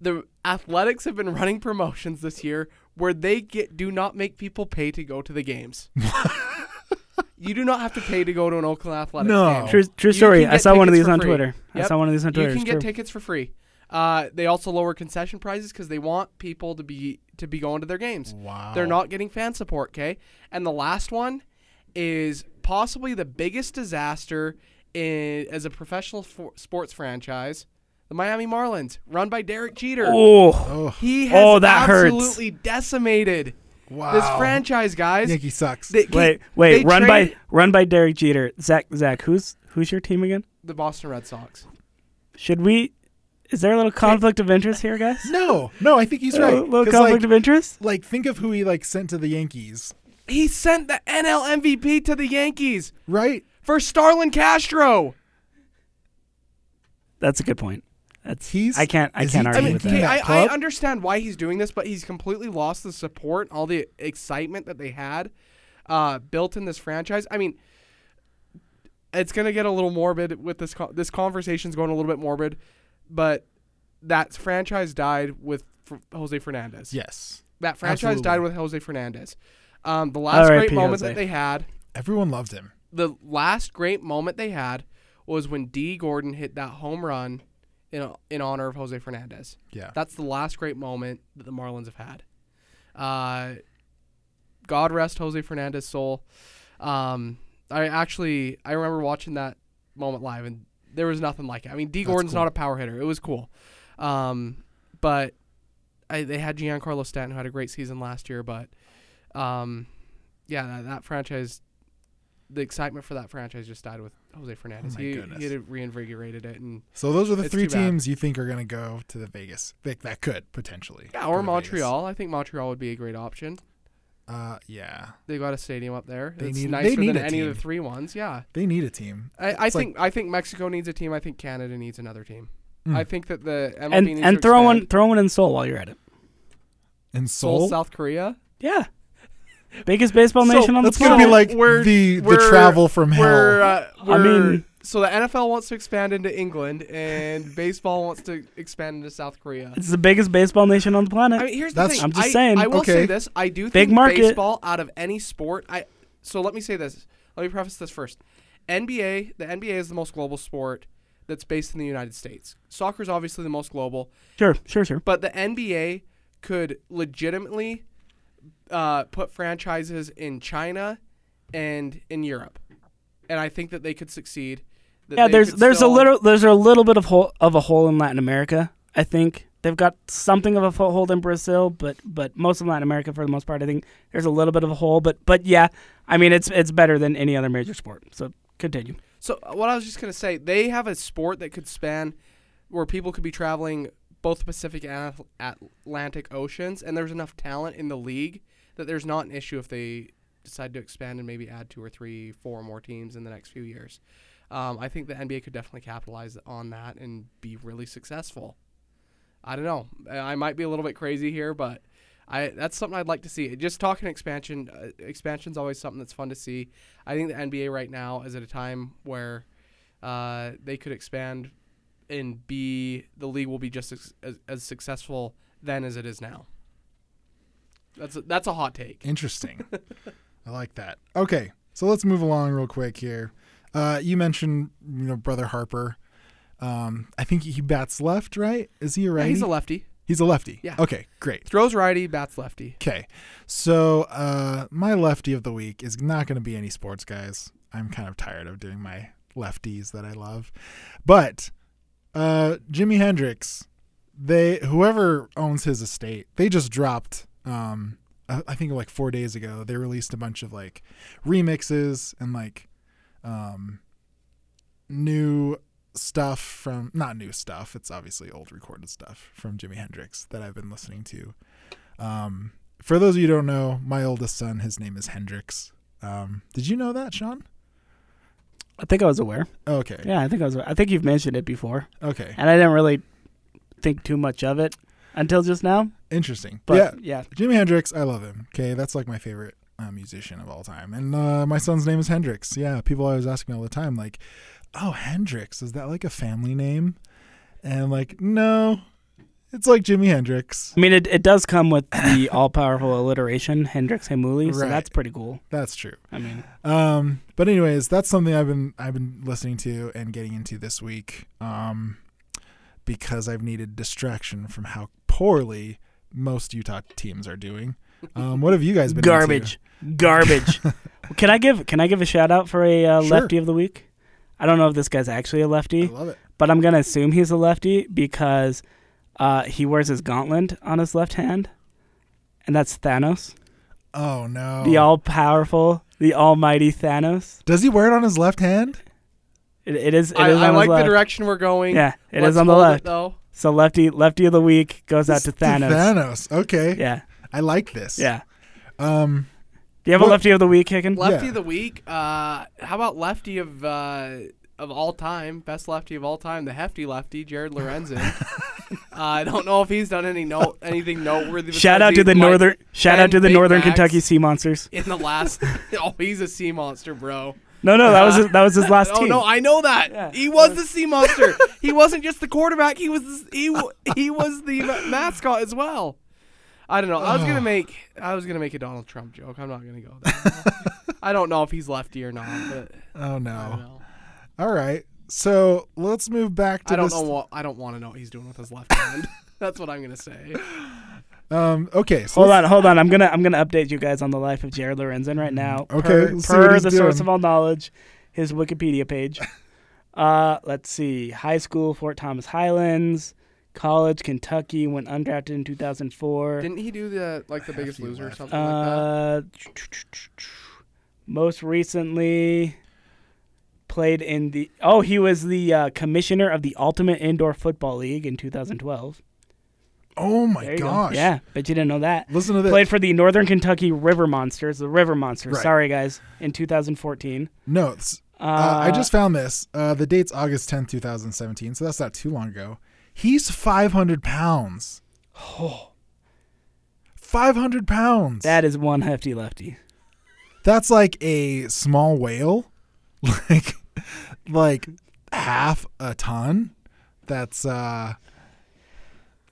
The Athletics have been running promotions this year where they get do not make people pay to go to the games. you do not have to pay to go to an Oakland Athletics No. game. true, true You story. can I get saw one of tickets these for on free. Twitter. I Yep. saw one of these on Twitter. You can It's get true. tickets for free. Uh, they also lower concession prices because they want people to be to be going to their games. Wow. Oh. They're not getting fan support, okay? And the last one is possibly the biggest disaster in, as a professional for, sports franchise. The Miami Marlins, run by Derek Jeter. Oh, Oh He has Oh, that hurts. absolutely decimated wow. this franchise, guys. Yankee sucks. They- he- wait, they wait. Run by traded run by Derek Jeter. Zach, Zach, who's who's your team again? the Boston Red Sox. Should we? Is there a little conflict of interest here, guys? no, no. I think he's right. A little 'Cause, conflict like, of interest. like think of who he like sent to the Yankees, He sent the NL MVP to the Yankees right? for Starlin Castro. That's a good point. That's He's- I can't I is can't he argue taking with that. that Okay, I, I club? understand why he's doing this, but he's completely lost the support, all the excitement that they had uh, built in this franchise. I mean, it's gonna get a little morbid with this. Co- this conversation's going a little bit morbid, but that franchise died with F- Jose Fernandez. Yes. that franchise absolutely. died with Jose Fernandez. Um, the last R.I.P. great moment Jose. that they had, Everyone loved him. the last great moment they had, was when D. Gordon hit that home run in in honor of Jose Fernandez. Yeah. That's the last great moment that the Marlins have had. Uh, God rest Jose Fernandez' soul. Um, I actually I remember watching that moment live, and there was nothing like it. I mean, D That's Gordon's cool. not a power hitter. It was cool, um, but I, they had Giancarlo Stanton who had a great season last year. But um, yeah, that, that franchise, the excitement for that franchise just died with Jose Fernandez. Oh my he goodness. he had reinvigorated it and. So those are the It's three too bad. teams you think are going to go to the Vegas. That, that could potentially. Yeah, go or to Vegas. Montreal. I think Montreal would be a great option. Uh, yeah, They got a stadium up there. They it's need- they nicer need than a any of team. the three ones. Yeah, they need a team. I, I It's like- think I think Mexico needs a team. I think Canada needs another team. Mm. I think that the MLB and needs and to throw one expand. throw one in Seoul while you're at it. And Seoul, Seoul. South Korea. Yeah, biggest baseball So, nation on the That's going to planet. be like We're- the the we're- travel from We're, hell. uh, I we're- mean- so the NFL wants to expand into England, and baseball wants to expand into South Korea. it's the biggest baseball nation on the planet. I mean, here's the That's- thing. I'm just I- saying. I will say Okay. this. I do Big think market. baseball out of any sport. I so let me say this. Let me preface this first. NBA. The NBA is the most global sport that's based in the United States. Soccer is obviously the most global, sure, sure, sure. but the NBA could legitimately uh, put franchises in China and in Europe, and I think that they could succeed. that yeah, they there's could there's a still- little there's a little bit of hole, of a hole in Latin America. I think they've got something of a foothold in Brazil, but but most of Latin America for the most part, I think there's a little bit of a hole. But but yeah, I mean it's it's better than any other major sport. So continue. So uh, what I was just gonna say, they have a sport that could span where people could be traveling both the Pacific and Ath- Atlantic oceans, and there's enough talent in the league that there's not an issue if they decide to expand and maybe add two or three, four more teams in the next few years. Um, I think the NBA could definitely capitalize on that and be really successful. I don't know. I I might be a little bit crazy here, but I that's something I'd like to see. Just talking expansion, uh, expansion's always something that's fun to see. I think the NBA right now is at a time where uh, they could expand and be the league will be just as, as, as successful then as it is now. That's a, that's a hot take. Interesting. I like that. Okay, so let's move along real quick here. Uh, you mentioned you know brother Harper. Um, I think he bats left, right? Is he a Yeah, righty? he's a lefty. He's a lefty. Yeah. Okay, great. Throws righty, bats lefty. Okay, so uh, my lefty of the week is not going to be any sports guys. I'm kind of tired of doing my lefties that I love, but uh, Jimi Hendrix, they whoever owns his estate, they just dropped. Um, I I think like four days ago, they released a bunch of like remixes and like um, new stuff from not new stuff. It's obviously old recorded stuff from Jimi Hendrix that I've been listening to. Um, for those of you who don't know, my oldest son, his name is Hendrix. Um, did you know that, Sean? I think I was aware. Okay. Yeah, I think I was. I think you've mentioned it before, Okay. and I didn't really think too much of it until just now. Interesting. But yeah. yeah, Jimi Hendrix, I love him. Okay, that's like my favorite uh, musician of all time. And uh, my son's name is Hendrix. Yeah, people always ask me all the time, like, "Oh, Hendrix, is that like a family name?" And I'm like, no, it's like Jimi Hendrix. I mean, it, it does come with the all powerful alliteration, Hendrix Hamuli, so Right. that's pretty cool. That's true. I mean, Um, but anyways, that's something I've been I've been listening to and getting into this week. Um, because I've needed distraction from how poorly most Utah teams are doing. Um, what have you guys been into? garbage, garbage. can I give Can I give a shout out for a uh, Sure. lefty of the week? I don't know if this guy's actually a lefty, I love it. but I'm gonna assume he's a lefty because uh, he wears his gauntlet on his left hand, and that's Thanos, Oh no. the all powerful, the almighty Thanos. Does he wear it on his left hand? It, it is. It is I, on I his like left. the direction we're going. Yeah, it is Let's on the hold it, left. though. So lefty, lefty of the week goes out It's to Thanos. Thanos. Okay. Yeah, I like this. yeah. Um Do you have Well- a lefty of the week, Hicken? Lefty Yeah. of the week. Uh, how about lefty of uh, of all time, best lefty of all time, the hefty lefty, Jared Lorenzen. uh, I don't know if he's done any no anything noteworthy. Shout besides out to eating, the like, northern shout out to 10 the Big northern Macs. Kentucky Sea Monsters. in the last. oh, he's a sea monster, bro. No, no, that was his, that was his last oh team. no, I know that. Yeah. He was the sea monster. he wasn't just the quarterback. He was the, he w- he was the ma- mascot as well. I don't know. I was gonna make I was gonna make a Donald Trump joke. I'm not gonna go. There. I don't know if he's lefty or not, but oh I don't no. know. All right. So let's move back to I don't this know what I don't want to know what he's doing with his left hand. That's what I'm gonna say. um okay, so Hold let's- on, hold on. I'm gonna I'm gonna update you guys on the life of Jared Lorenzen right now. Okay, per, let's see what per he's the source doing. of all knowledge, his Wikipedia page. Uh, let's see. High school, Fort Thomas Highlands. College, Kentucky. Went undrafted in 2004. Didn't he do the like the Hefty Biggest Loser left. or something like Uh, most recently played in the oh he was the uh, commissioner of the Ultimate Indoor Football League in 2012. Oh There my you go. gosh. Yeah, bet you didn't know that. Listen to this. Played for the Northern Kentucky River Monsters, the River Monsters. Right. Sorry guys, in 2014. No, it's- Uh, Uh, I just found this. Uh, the date's August 10th, 2017, so that's not too long ago. He's 500 pounds. oh, 500 pounds. that is one hefty lefty. that's like a small whale, like like half a ton. That's uh,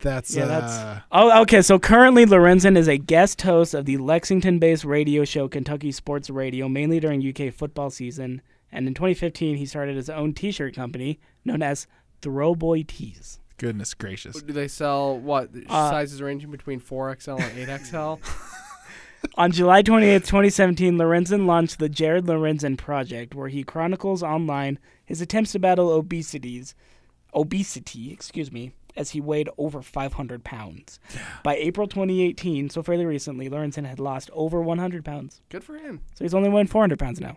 that's Yeah, uh, that's- Oh, okay. So currently, Lorenzen is a guest host of the Lexington-based radio show Kentucky Sports Radio, mainly during UK football season. And in 2015, he started his own T-shirt company known as Throwboy Tees. goodness gracious. that? Do they sell what Uh, sizes ranging between four XL and eight XL? On July 28th, 2017, Lorenzen launched the Jared Lorenzen Project, where he chronicles online his attempts to battle obesities, obesity, excuse me, as he weighed over 500 pounds. By April 2018, so fairly recently, Lorenzen had lost over 100 pounds. Good for him. So he's only weighing 400 pounds now.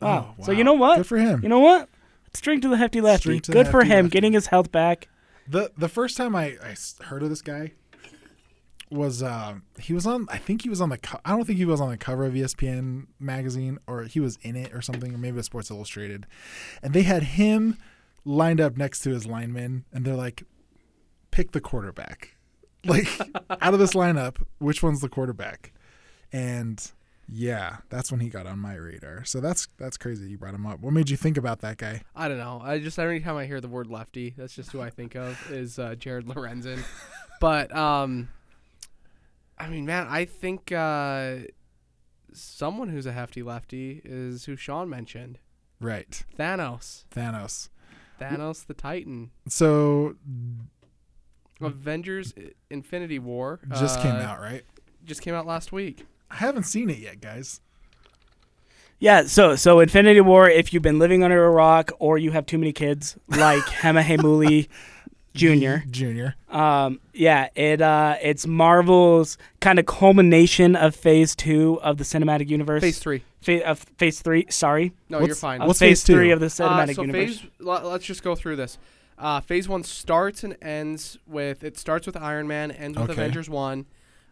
Wow. Oh, So wow. you know what? Good for him. You know what? String to the hefty lefty. String to the Good for hefty him lefty. getting his health back. the the first time I, I s- heard of this guy was uh, he was on I think he was on the co- I don't think he was on the cover of E ESPN magazine or he was in it or something or maybe it was Sports Illustrated, and they had him lined up next to his lineman and they're like, pick the quarterback, like out of this lineup, which one's the quarterback, and. Yeah, that's when he got on my radar. So that's that's crazy. You brought him up. What made you think about that guy? I don't know. I just every time I hear the word lefty, that's just who I think of is uh, Jared Lorenzen. but um, I mean, man, I think uh, someone who's a hefty lefty is who Sean mentioned, Right, Thanos. Thanos. Thanos the Titan. So Avengers I- Infinity War just came uh, out, right? Just came out last week. I haven't seen it yet, guys. Yeah, so so Infinity War, if you've been living under a rock or you have too many kids, like Hema Hemuli Jr. Junior. Um, yeah, it uh, it's Marvel's kind of culmination of Phase Two of the cinematic universe. Phase three. Fa- of Phase Three, sorry, No, What's- you're fine. of What's Phase Phase Two? Three of the Uh, cinematic so universe. phase, le- let's just go through this. Uh, phase one starts and ends with it starts with Iron Man, ends with Okay. Avengers one.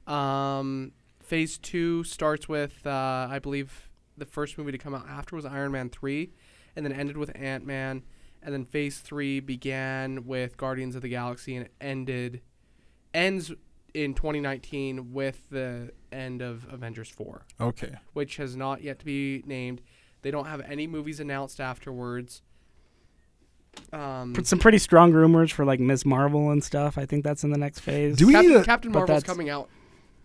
Um, phase two starts with uh, I believe the first movie to come out after was Iron Man three, and then ended with Ant Man, and then phase three began with Guardians of the Galaxy and ended ends in 2019 with the end of Avengers four Okay. which has not yet to be named. They don't have any movies announced afterwards. Um, Put some pretty strong rumors for like Ms. Marvel and stuff. I think that's in the next phase. Do we Captain, need a Captain but Marvel's that's- coming out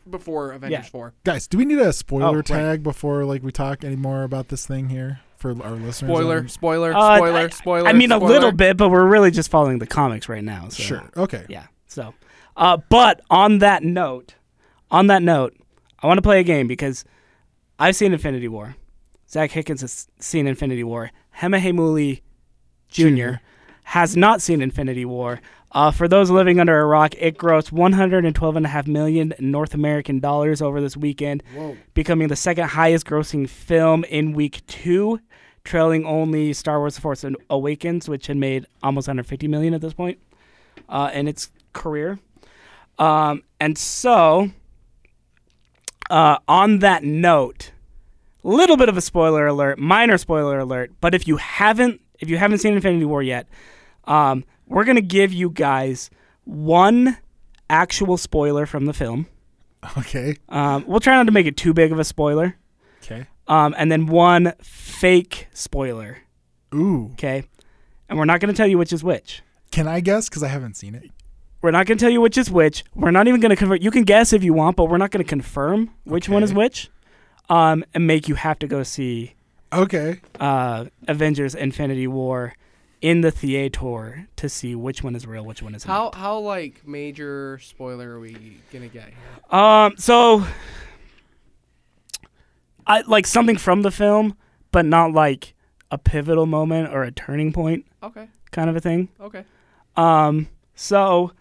before Avengers Yeah. 4. guys? Do we need a spoiler Oh, right. tag before like we talk any more about this thing here for our listeners? Spoiler, Um, spoiler, Uh, spoiler, I- spoiler. I mean, a spoiler. little bit, but we're really just following the comics right now. So. Sure. Okay. Yeah. So, uh, but on that note, on that note, I want to play a game because I've seen Infinity War. Zach Hickens has seen Infinity War. Hema Hemuli Jr. Junior. has not seen Infinity War. Uh, for those living under a rock, it grossed 112.5 million North American dollars over this weekend, Whoa. becoming the second highest grossing film in week two, trailing only Star Wars The Force Awakens, which had made almost 150 million at this point uh, in its career. Um, and so, uh, on that note, little bit of a spoiler alert, minor spoiler alert. But if you haven't, if you haven't seen Infinity War yet, um, we're gonna give you guys one actual spoiler from the film. Okay. Um, we'll try not to make it too big of a spoiler, Okay. um, and then one fake spoiler. Ooh. Okay, and we're not gonna tell you which is which. Can I guess? Because I haven't seen it. We're not going to tell you which is which. We're not even going to convert. You can guess if you want, but we're not going to confirm which one is Okay. which, um, and make you have to go see Okay. uh, Avengers: Infinity War in the theater to see which one is real, which one is How, how like, major spoiler are we going to get here? not. Um, so, I like something from the film, but not like a pivotal moment or a turning point Okay, kind of a thing. okay. Um, so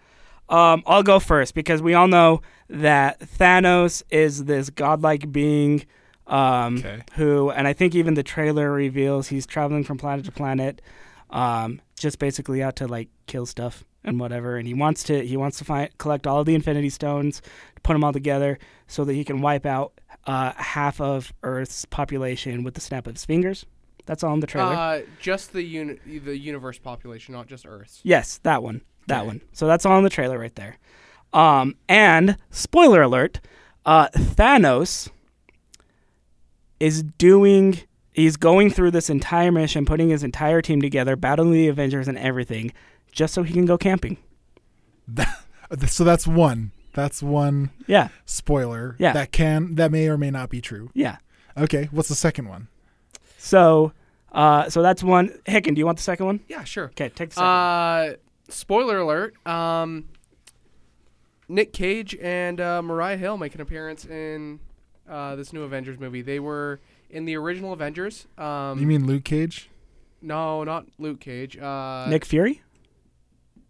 um, I'll go first because we all know that Thanos is this godlike being um, Okay. who, and I think even the trailer reveals he's traveling from planet to planet, um, just basically out to like kill stuff and whatever. And he wants to he wants to find collect all of the Infinity Stones, put them all together so that he can wipe out uh, half of Earth's population with the snap of his fingers. That's all in the trailer. Uh, just the uni- the universe population, not just Earth's. Yes, that one. That one. So that's all in the trailer right there. Um, and spoiler alert, uh, Thanos is doing he's going through this entire mission, putting his entire team together, battling the Avengers and everything, just so he can go camping. Uh, So that's one. That's one Yeah, spoiler. Yeah. That can that may or may not be true. yeah. Okay. What's the second one? So uh, so that's one. Hicken, do you want the second one? Yeah, sure. Okay, take the second one. Uh, spoiler alert. Um, Nick Cage and uh, Mariah Hill make an appearance in uh, this new Avengers movie. They were in the original Avengers. Um, you mean Luke Cage? no, not Luke Cage. Uh, Nick Fury?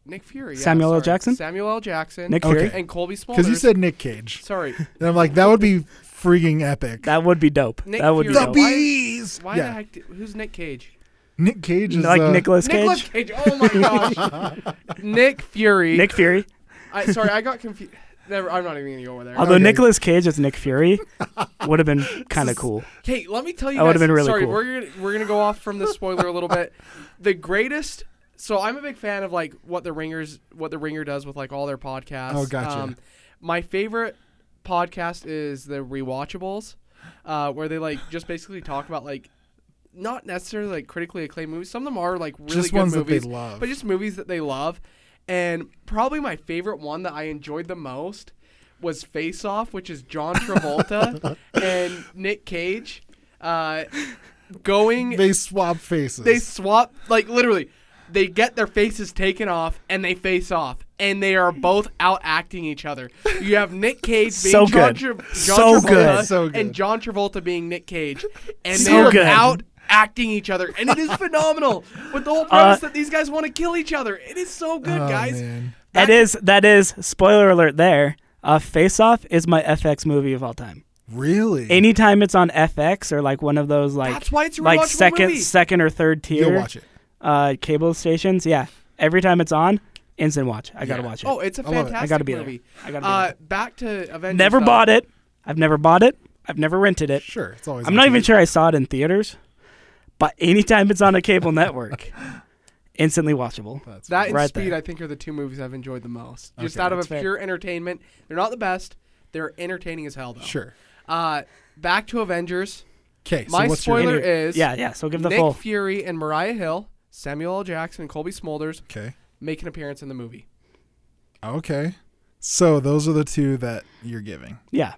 Nick Fury. yeah, Samuel L. sorry. Jackson? Samuel L. Jackson. Nick Okay. Fury? and Colby Smulders. Because you said Nick Cage, sorry. and I'm like, that would be freaking epic. That would be dope. Nick that would Fury. be the dope. Why- bees. Why the yeah, heck? Did, who's Nick Cage? Nick Cage is like uh, Nicolas Cage? Nicolas Cage. Oh my gosh. Nick Fury. Nick Fury. I, sorry, I got confused. Never, I'm not even gonna go over there. Although Okay. Nicolas Cage as Nick Fury would have been kind of cool. Hey, let me tell you. That would've guys- been really sorry, cool. we're gonna, we're gonna go off from the spoiler a little bit. The greatest. So I'm a big fan of like what the ringers, what the ringer does with like all their podcasts. Um, Oh, gotcha. my favorite podcast is the rewatchables, uh, where they like just basically talk about like not necessarily like critically acclaimed movies. Some of them are like really just good ones movies, that they love. but just movies that they love. And probably my favorite one that I enjoyed the most was Face Off, which is John Travolta and Nick Cage uh, going. They, they swap faces. swap, like literally, they get their faces taken off and they face off. And they are both out acting each other. You have Nick Cage being So John, good. Tra- John So Travolta good. So good. and John Travolta being Nick Cage. And So they are good. out acting each other. And it is phenomenal with the Uh, whole premise that these guys want to kill each other. It is so good, Oh, guys. man. That is that is spoiler alert. There, uh, Face Off is my FX movie of all time. Really? Anytime it's on FX or like one of those like That's why it's a like rewatchable second movie. second or third You'll tier watch it. uh, cable stations. Yeah, every time it's on, instant watch. I gotta Yeah. watch it. Oh, it's a I love it. I fantastic gotta be there. movie. I gotta be Uh, there. back to Avengers. never though. bought it. I've never bought it. I've never rented it. Sure, it's always. I'm not on even TV. sure I saw it in theaters, but anytime it's on a cable network, instantly watchable. That's That and Right Speed, there. I think, are the two movies I've enjoyed the most. Just Okay, out of a that's fair. pure entertainment. They're not the best. They're entertaining as hell, though. sure. Uh, back to Avengers. Okay, so My what's your spoiler Anyway, is yeah, yeah. So give the Nick full. Fury and Mariah Hill, Samuel L. Jackson, and Colby Smulders Okay, make an appearance in the movie. okay. So those are the two that you're giving. yeah,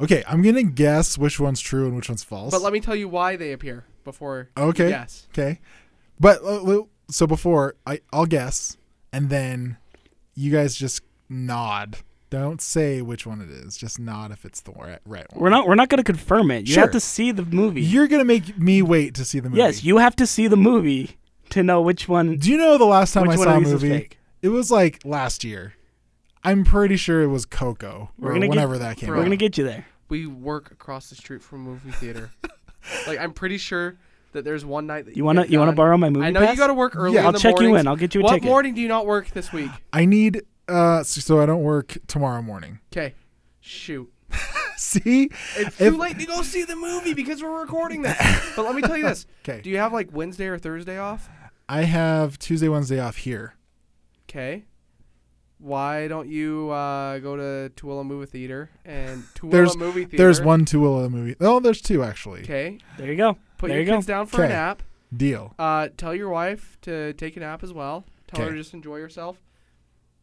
Okay, I'm gonna guess which one's true and which one's false. But let me tell you why they appear before. you Okay. Guess. okay, but uh, well, so before I, I'll guess, and then you guys just nod. Don't say which one it is. Just nod if it's the right, right one. we're not we're not gonna confirm it. You Sure. have to see the movie. You're gonna make me wait to see the movie. Yes, you have to see the movie to know which one. Do you know the last time Which I one saw a of these is movie? fake? It was like last year. I'm pretty sure it was Coco We're or gonna get- whenever that came we're out. We're gonna get you there. We work across the street from a movie theater. like, I'm pretty sure that there's one night that You wanna get you wanna done. borrow my movie? I know pass? you got to work early. Yeah, in I'll the check you mornings. in. I'll get you a what ticket. morning do you not work this week? I need uh so, so I don't work tomorrow morning. Okay. Shoot. See? It's If- too late to go see the movie because we're recording this. but let me tell you this. 'Kay. Do you have like Wednesday or Thursday off? I have Tuesday, Wednesday off here. Okay. Why don't you uh, go to Tooele Movie Theater and Tooele There's- Movie Theater? There's one Tooele movie. Oh, there's two actually. Okay. There you go. Put There your you go. kids down for a 'Kay. nap. Deal. Uh, tell your wife to take a nap as well. Tell her 'Kay. to just enjoy herself.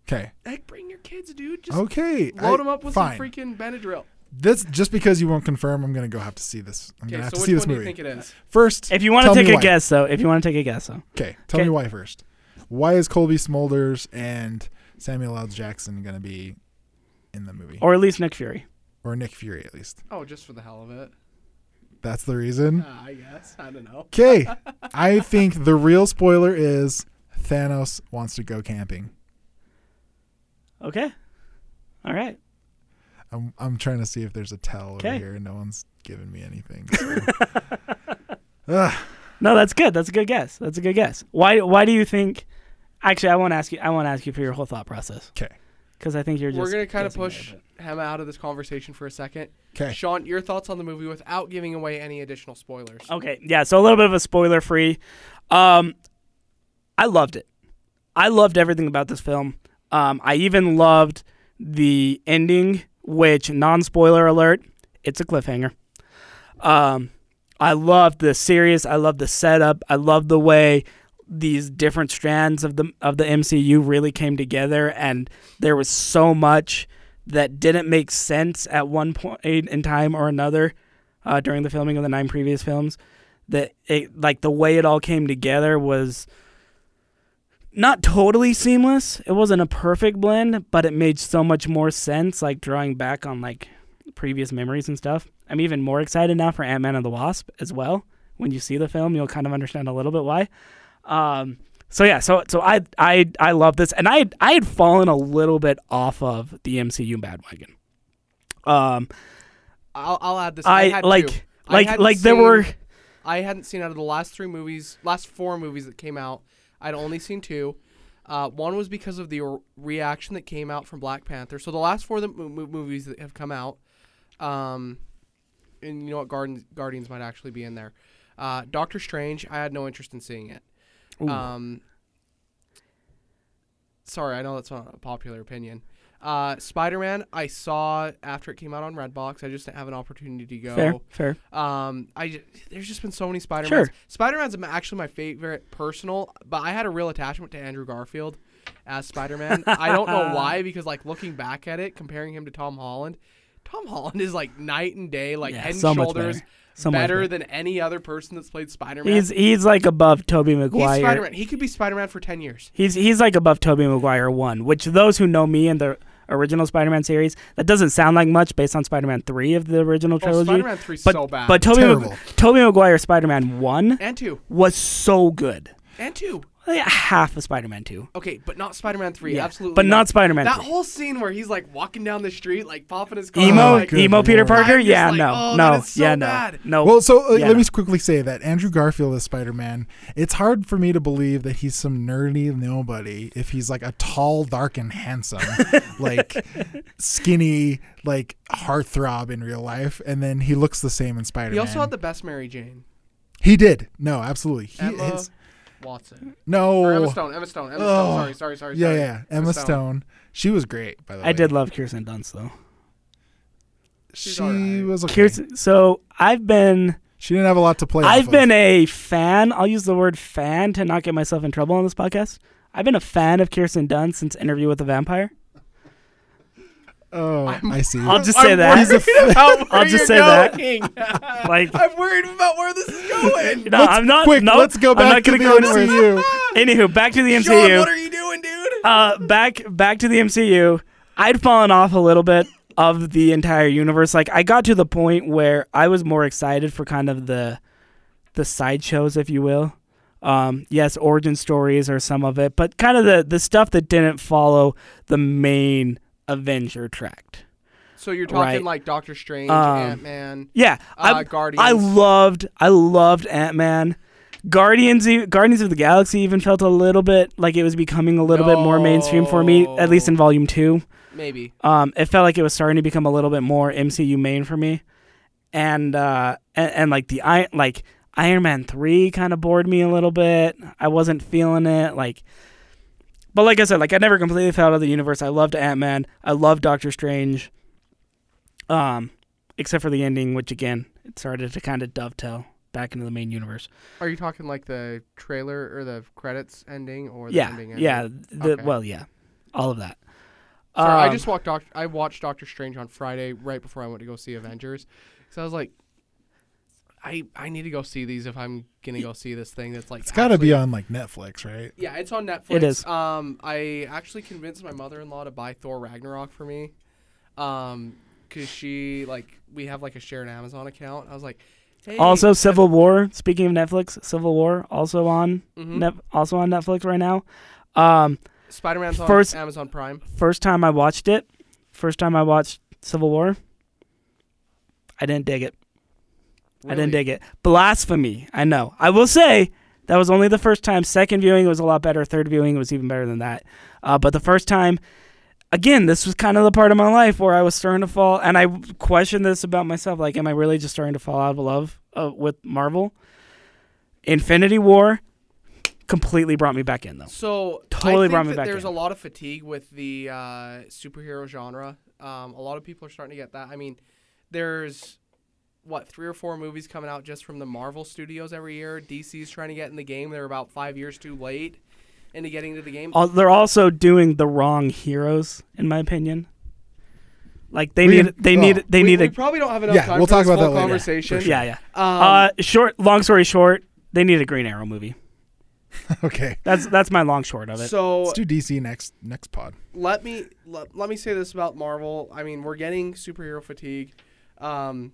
Okay. Heck, bring your kids, dude. Just Okay. load I- them up with fine. some freaking Benadryl. This just because you won't confirm, I'm gonna go have to see this. I'm Okay. gonna have So to which see one this do movie you think it is? first. If you want tell to me take a why. guess, though, if you want to take a guess, though, Okay, tell me Okay. why first. Why is Colby Smulders and Samuel L. Jackson gonna be in the movie, or, or at least Nick Fury. Nick Fury at least? Oh, just for the hell of it. That's the reason. Uh, I guess. I don't know. Okay, I think the real spoiler is Thanos wants to go camping. Okay. All right. I'm I'm trying to see if there's a tell over Okay. here, and no one's giving me anything. so. Ugh, No, that's good. That's a good guess. That's a good guess. Why why do you think? Actually, I want to ask you. I want to ask you for your whole thought process. 'Kay. Because I think you're just. We're gonna kind of guessing a little push bit. Hema out of this conversation for a second. 'Kay. Sean, your thoughts on the movie without giving away any additional spoilers. Okay, yeah. So a little bit of a spoiler free. Um, I loved it. I loved everything about this film. Um, I even loved the ending, which non spoiler alert, it's a cliffhanger. Um, I loved the series. I loved the setup. I loved the way these different strands of the of the MCU really came together, and there was so much that didn't make sense at one point in time or another uh, during the filming of the nine previous films. That it like the way it all came together was not totally seamless. It wasn't a perfect blend, but it made so much more sense. Like drawing back on like previous memories and stuff. I'm even more excited now for Ant Man and the Wasp as well. When you see the film, you'll kind of understand a little bit why. Um, so yeah, so so I I I love this, and I I had fallen a little bit off of the MCU bandwagon. Um, I'll, I'll add this. I, had like two. I like hadn't like there seen- were I hadn't seen out of the last three movies, last four movies that came out. I'd only seen two. Uh, one was because of the r- reaction that came out from Black Panther. So the last four of the mo- mo- movies that have come out, um, and you know what, Guardians, Guardians might actually be in there. Uh, Doctor Strange, I had no interest in seeing it. Ooh. Um, sorry, I know that's not a popular opinion. Uh, Spider Man, I saw after it came out on Redbox. I just didn't have an opportunity to go. fair fair. Um, I ju- there's just been so many Spider Mans. Sure. Spider Man's actually my favorite personal, but I had a real attachment to Andrew Garfield as Spider Man. I don't know why, because like looking back at it, comparing him to Tom Holland, Tom Holland is like night and day, like Yeah, head and so much shoulders better. So much better than any other person that's played Spider Man. He's he's like above Toby He's Maguire. Spider Man. He could be Spider Man for ten years. He's he's like above Toby Maguire one, which those who know me and the original Spider-Man series, that doesn't sound like much based on Spider-Man three of the original Oh, trilogy. Spider Man three but so bad. but Toby Mag- Terrible. Toby Maguire Spider-Man one and two was so good, and two. like half of Spider-Man two. Okay, but not Spider Man three. Yeah, Absolutely, but not Spider-Man That 3. whole scene where he's like walking down the street, like popping his car. Emo, like, good emo Peter lord. Parker, Oh I'm just yeah, like, no, oh, no, that is so yeah, no, bad. no. Well, so uh, Oh, let yeah, me no. just quickly say that Andrew Garfield as Spider Man, it's hard for me to believe that he's some nerdy nobody if he's like a tall, dark, and handsome, like skinny, like heartthrob in real life, and then he looks the same in Spider He also Man. had the best Mary Jane. he did. No, absolutely. He Emma is. Watson. No. Or Emma Stone. Emma Stone. Emma Stone. Oh. Sorry, sorry, sorry. Yeah, sorry. yeah. Emma Stone. She was great, by the way. I did love Kirsten Dunst though. She alright. was okay. Kirsten, so I've been She didn't have a lot to play. off I've of. been a fan. I'll use the word fan to not get myself in trouble on this podcast. I've been a fan of Kirsten Dunst since Interview with the Vampire. Oh, I see. I'll just say I'm that. worried about where I'll just say you're that. going. Like, I'm worried about where this is going. no, Let's- I'm not. Quick, no, let's go I'm not back to gonna the go into- MCU. Anywho, back to the Sean, MCU. what are you doing, dude? uh, back back to the MCU. I'd fallen off a little bit of the entire universe. Like, I got to the point where I was more excited for kind of the the sideshows, if you will. Um, yes, origin stories are some of it, but kind of the the stuff that didn't follow the main Avenger tract. So you're talking Right. like Doctor Strange, Um, Ant Man, Yeah, uh, I, Guardians. I loved I loved Ant Man. Guardians e- Guardians of the Galaxy even felt a little bit like it was becoming a little bit more mainstream for me, at least in No. Volume Two. maybe. Um, it felt like it was starting to become a little bit more MCU main for me, and uh, and, and like the I like Iron Man three kind of bored me a little bit. I wasn't feeling it like. But like I said, like I never completely fell out of the universe. I loved Ant Man. I loved Doctor Strange. Um, except for the ending, which again it started to kind of dovetail back into the main universe. Are you talking like the trailer or the credits ending or the yeah, ending? ending? yeah. The, Okay. Well, yeah, all of that. Sorry, I Um, just walked. Doc- I watched Doctor Strange on Friday right before I went to go see Avengers, so I was like, I I need to go see these if I'm gonna go see this thing that's like. It's got to actually- be on like Netflix, right? Yeah, it's on Netflix. It is. Um, I actually convinced my mother-in-law to buy Thor Ragnarok for me, um, cause she like we have like a shared Amazon account. I was like, hey, Also, Civil War. Speaking of Netflix, Civil War also on Mhm. Net, also on Netflix right now. Um, Spider-Man's on first- Amazon Prime. first time I watched it, first time I watched Civil War, I didn't dig it. I didn't Really? dig it. Blasphemy. I know. I will say that was only the first time. Second viewing was a lot better. Third viewing was even better than that. Uh, but the first time, again, this was kind of the part of my life where I was starting to fall, and I questioned this about myself. Like, am I really just starting to fall out of love uh, with Marvel? Infinity War completely brought me back in, though. So Totally I think brought me that back There's in. a lot of fatigue with the uh, superhero genre. Um, a lot of people are starting to get that. I mean, there's what three or four movies coming out just from the Marvel studios every year. DC's trying to get in the game. They're about five years too late into getting into the game. Al- They're also doing the wrong heroes, in my opinion. Like they We- need, they need, oh. they we, need we a probably don't have enough Yeah, time. we'll for talk this about whole that later. Conversation. Yeah, yeah. Um, uh, short. Long story short, they need a Green Arrow movie. okay. That's that's my long short of it. So Let's do DC next next pod. let me let, let me say this about Marvel. I mean, we're getting superhero fatigue. Um,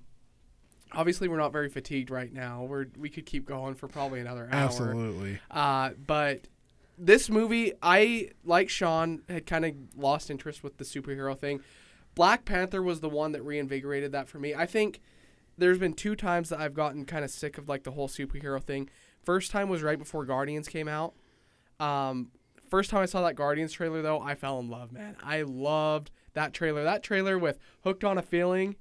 obviously, we're not very fatigued right now. We're we could keep going for probably another hour. Absolutely. Uh, but this movie, I like Sean had kind of lost interest with the superhero thing. Black Panther was the one that reinvigorated that for me. I think there's been two times that I've gotten kind of sick of like the whole superhero thing. First time was right before Guardians came out. Um, first time I saw that Guardians trailer though, I fell in love, man. I loved that trailer. That trailer with "Hooked on a Feeling."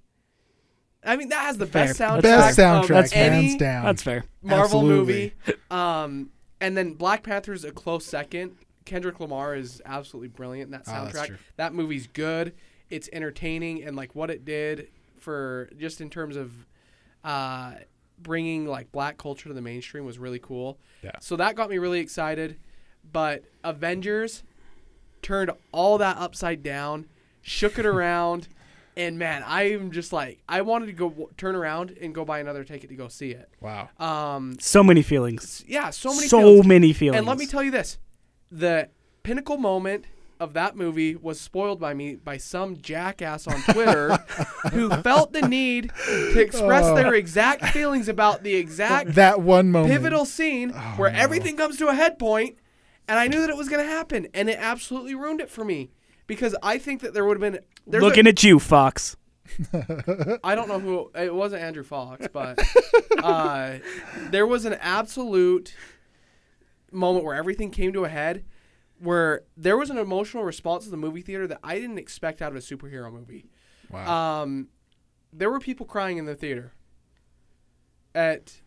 I mean, that has the Fair. best soundtrack. Best of soundtrack, any hands down. that's fair. Marvel Absolutely. movie. Um, and then Black Panther's a close second. Kendrick Lamar is absolutely brilliant in that Ah, that's soundtrack. true. that movie's good. It's entertaining and like what it did for just in terms of uh, bringing like black culture to the mainstream was really cool. Yeah. So that got me really excited. But Avengers turned all that upside down, shook it around, and man, I'm just like I wanted to go w- turn around and go buy another ticket to go see it. Wow. Um, So many feelings. s- yeah, so So many many, feelings. feelings. And let me tell you this: the pinnacle moment of that movie was spoiled by me by some jackass on Twitter who felt the need to express Oh. their exact feelings about the exact That one moment. Oh, pivotal scene where no. everything comes to a head point, and I knew that it was going to happen, and it absolutely ruined it for me because I think that there would have been. There's Looking at you, Fox. a, I don't know who it wasn't Andrew Fox, but uh, there was an absolute moment where everything came to a head, where there was an emotional response to the movie theater that I didn't expect out of a superhero movie. Wow. Um, there were people crying in the theater at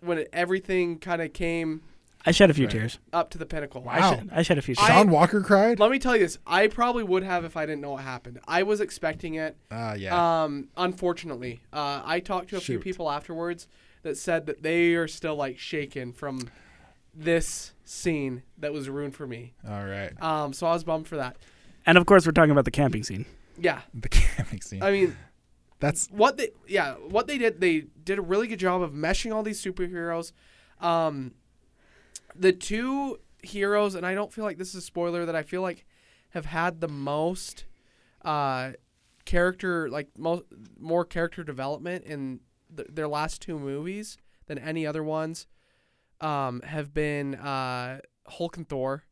when it, everything kind of came I shed a few Right. tears. up to the pinnacle. Wow. I shed, I shed a few tears. I- Sean Walker cried. Let me tell you this: I probably would have if I didn't know what happened. I was expecting it. Ah, yeah. Um, unfortunately, uh, I talked to a few Shoot. people afterwards that said that they are still like shaken from this scene that was ruined for me. All right. Um, so I was bummed for that. and of course, we're talking about the camping scene. Yeah, The camping scene. I mean, That's what they yeah what they did they did a really good job of meshing all these superheroes um the two heroes and i don't feel like this is a spoiler that i feel like have had the most uh character like most more character development in th- their last two movies than any other ones um have been uh hulk and thor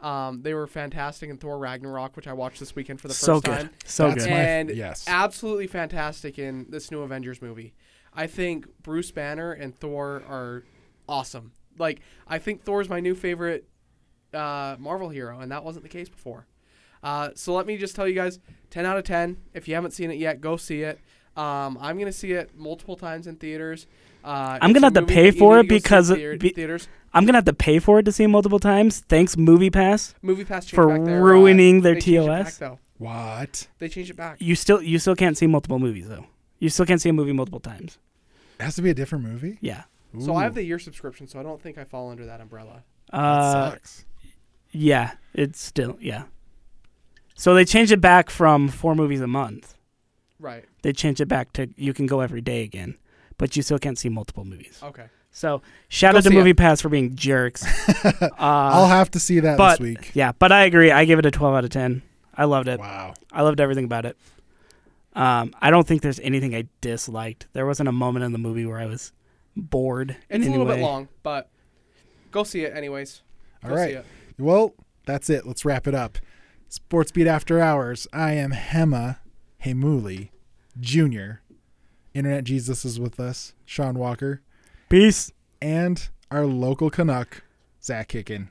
um, they were fantastic in Thor Ragnarok, which I watched this weekend for the So first good. time So That's good. my- and yes. absolutely fantastic in this new Avengers movie. I think Bruce Banner and Thor are awesome. Like I think Thor's my new favorite uh, Marvel hero, and that wasn't the case before. Uh, so let me just tell you guys, ten out of ten. If you haven't seen it yet, go see it. Um, I'm gonna see it multiple times in theaters. Uh, I'm gonna it's a have to movie pay that you for need it to go see because in it theater- be- theaters I'm gonna have to pay for it to see it multiple times. Thanks, Movie Pass. movie pass changed For back their, uh, ruining their they changed it TOS? back, though. what? They changed it back. You still you still can't see multiple movies though. You still can't see a movie multiple times. It has to be a different movie. Yeah. So I have Ooh, the year subscription, so I don't think I fall under that umbrella. that Uh, sucks. yeah. It's still yeah. So they changed it back from four movies a month. Right. They changed it back to you can go every day again, but you still can't see multiple movies. Okay. So shout Go out to see it. Movie Pass for being jerks. uh, I'll have to see that but- this week. yeah, but I agree. I give it a 12 out of 10. I loved it. Wow. I loved everything about it. Um, I don't think there's anything I disliked. There wasn't a moment in the movie where I was bored. in It's any a little way. bit long, but go see it anyways. All Go right. See it. Well, that's it. Let's wrap it up. Sports Beat After Hours. I am Hema Hemuli Jr. Internet Jesus is with us, Sean Walker, Peace. and our local Canuck, Zach Hicken.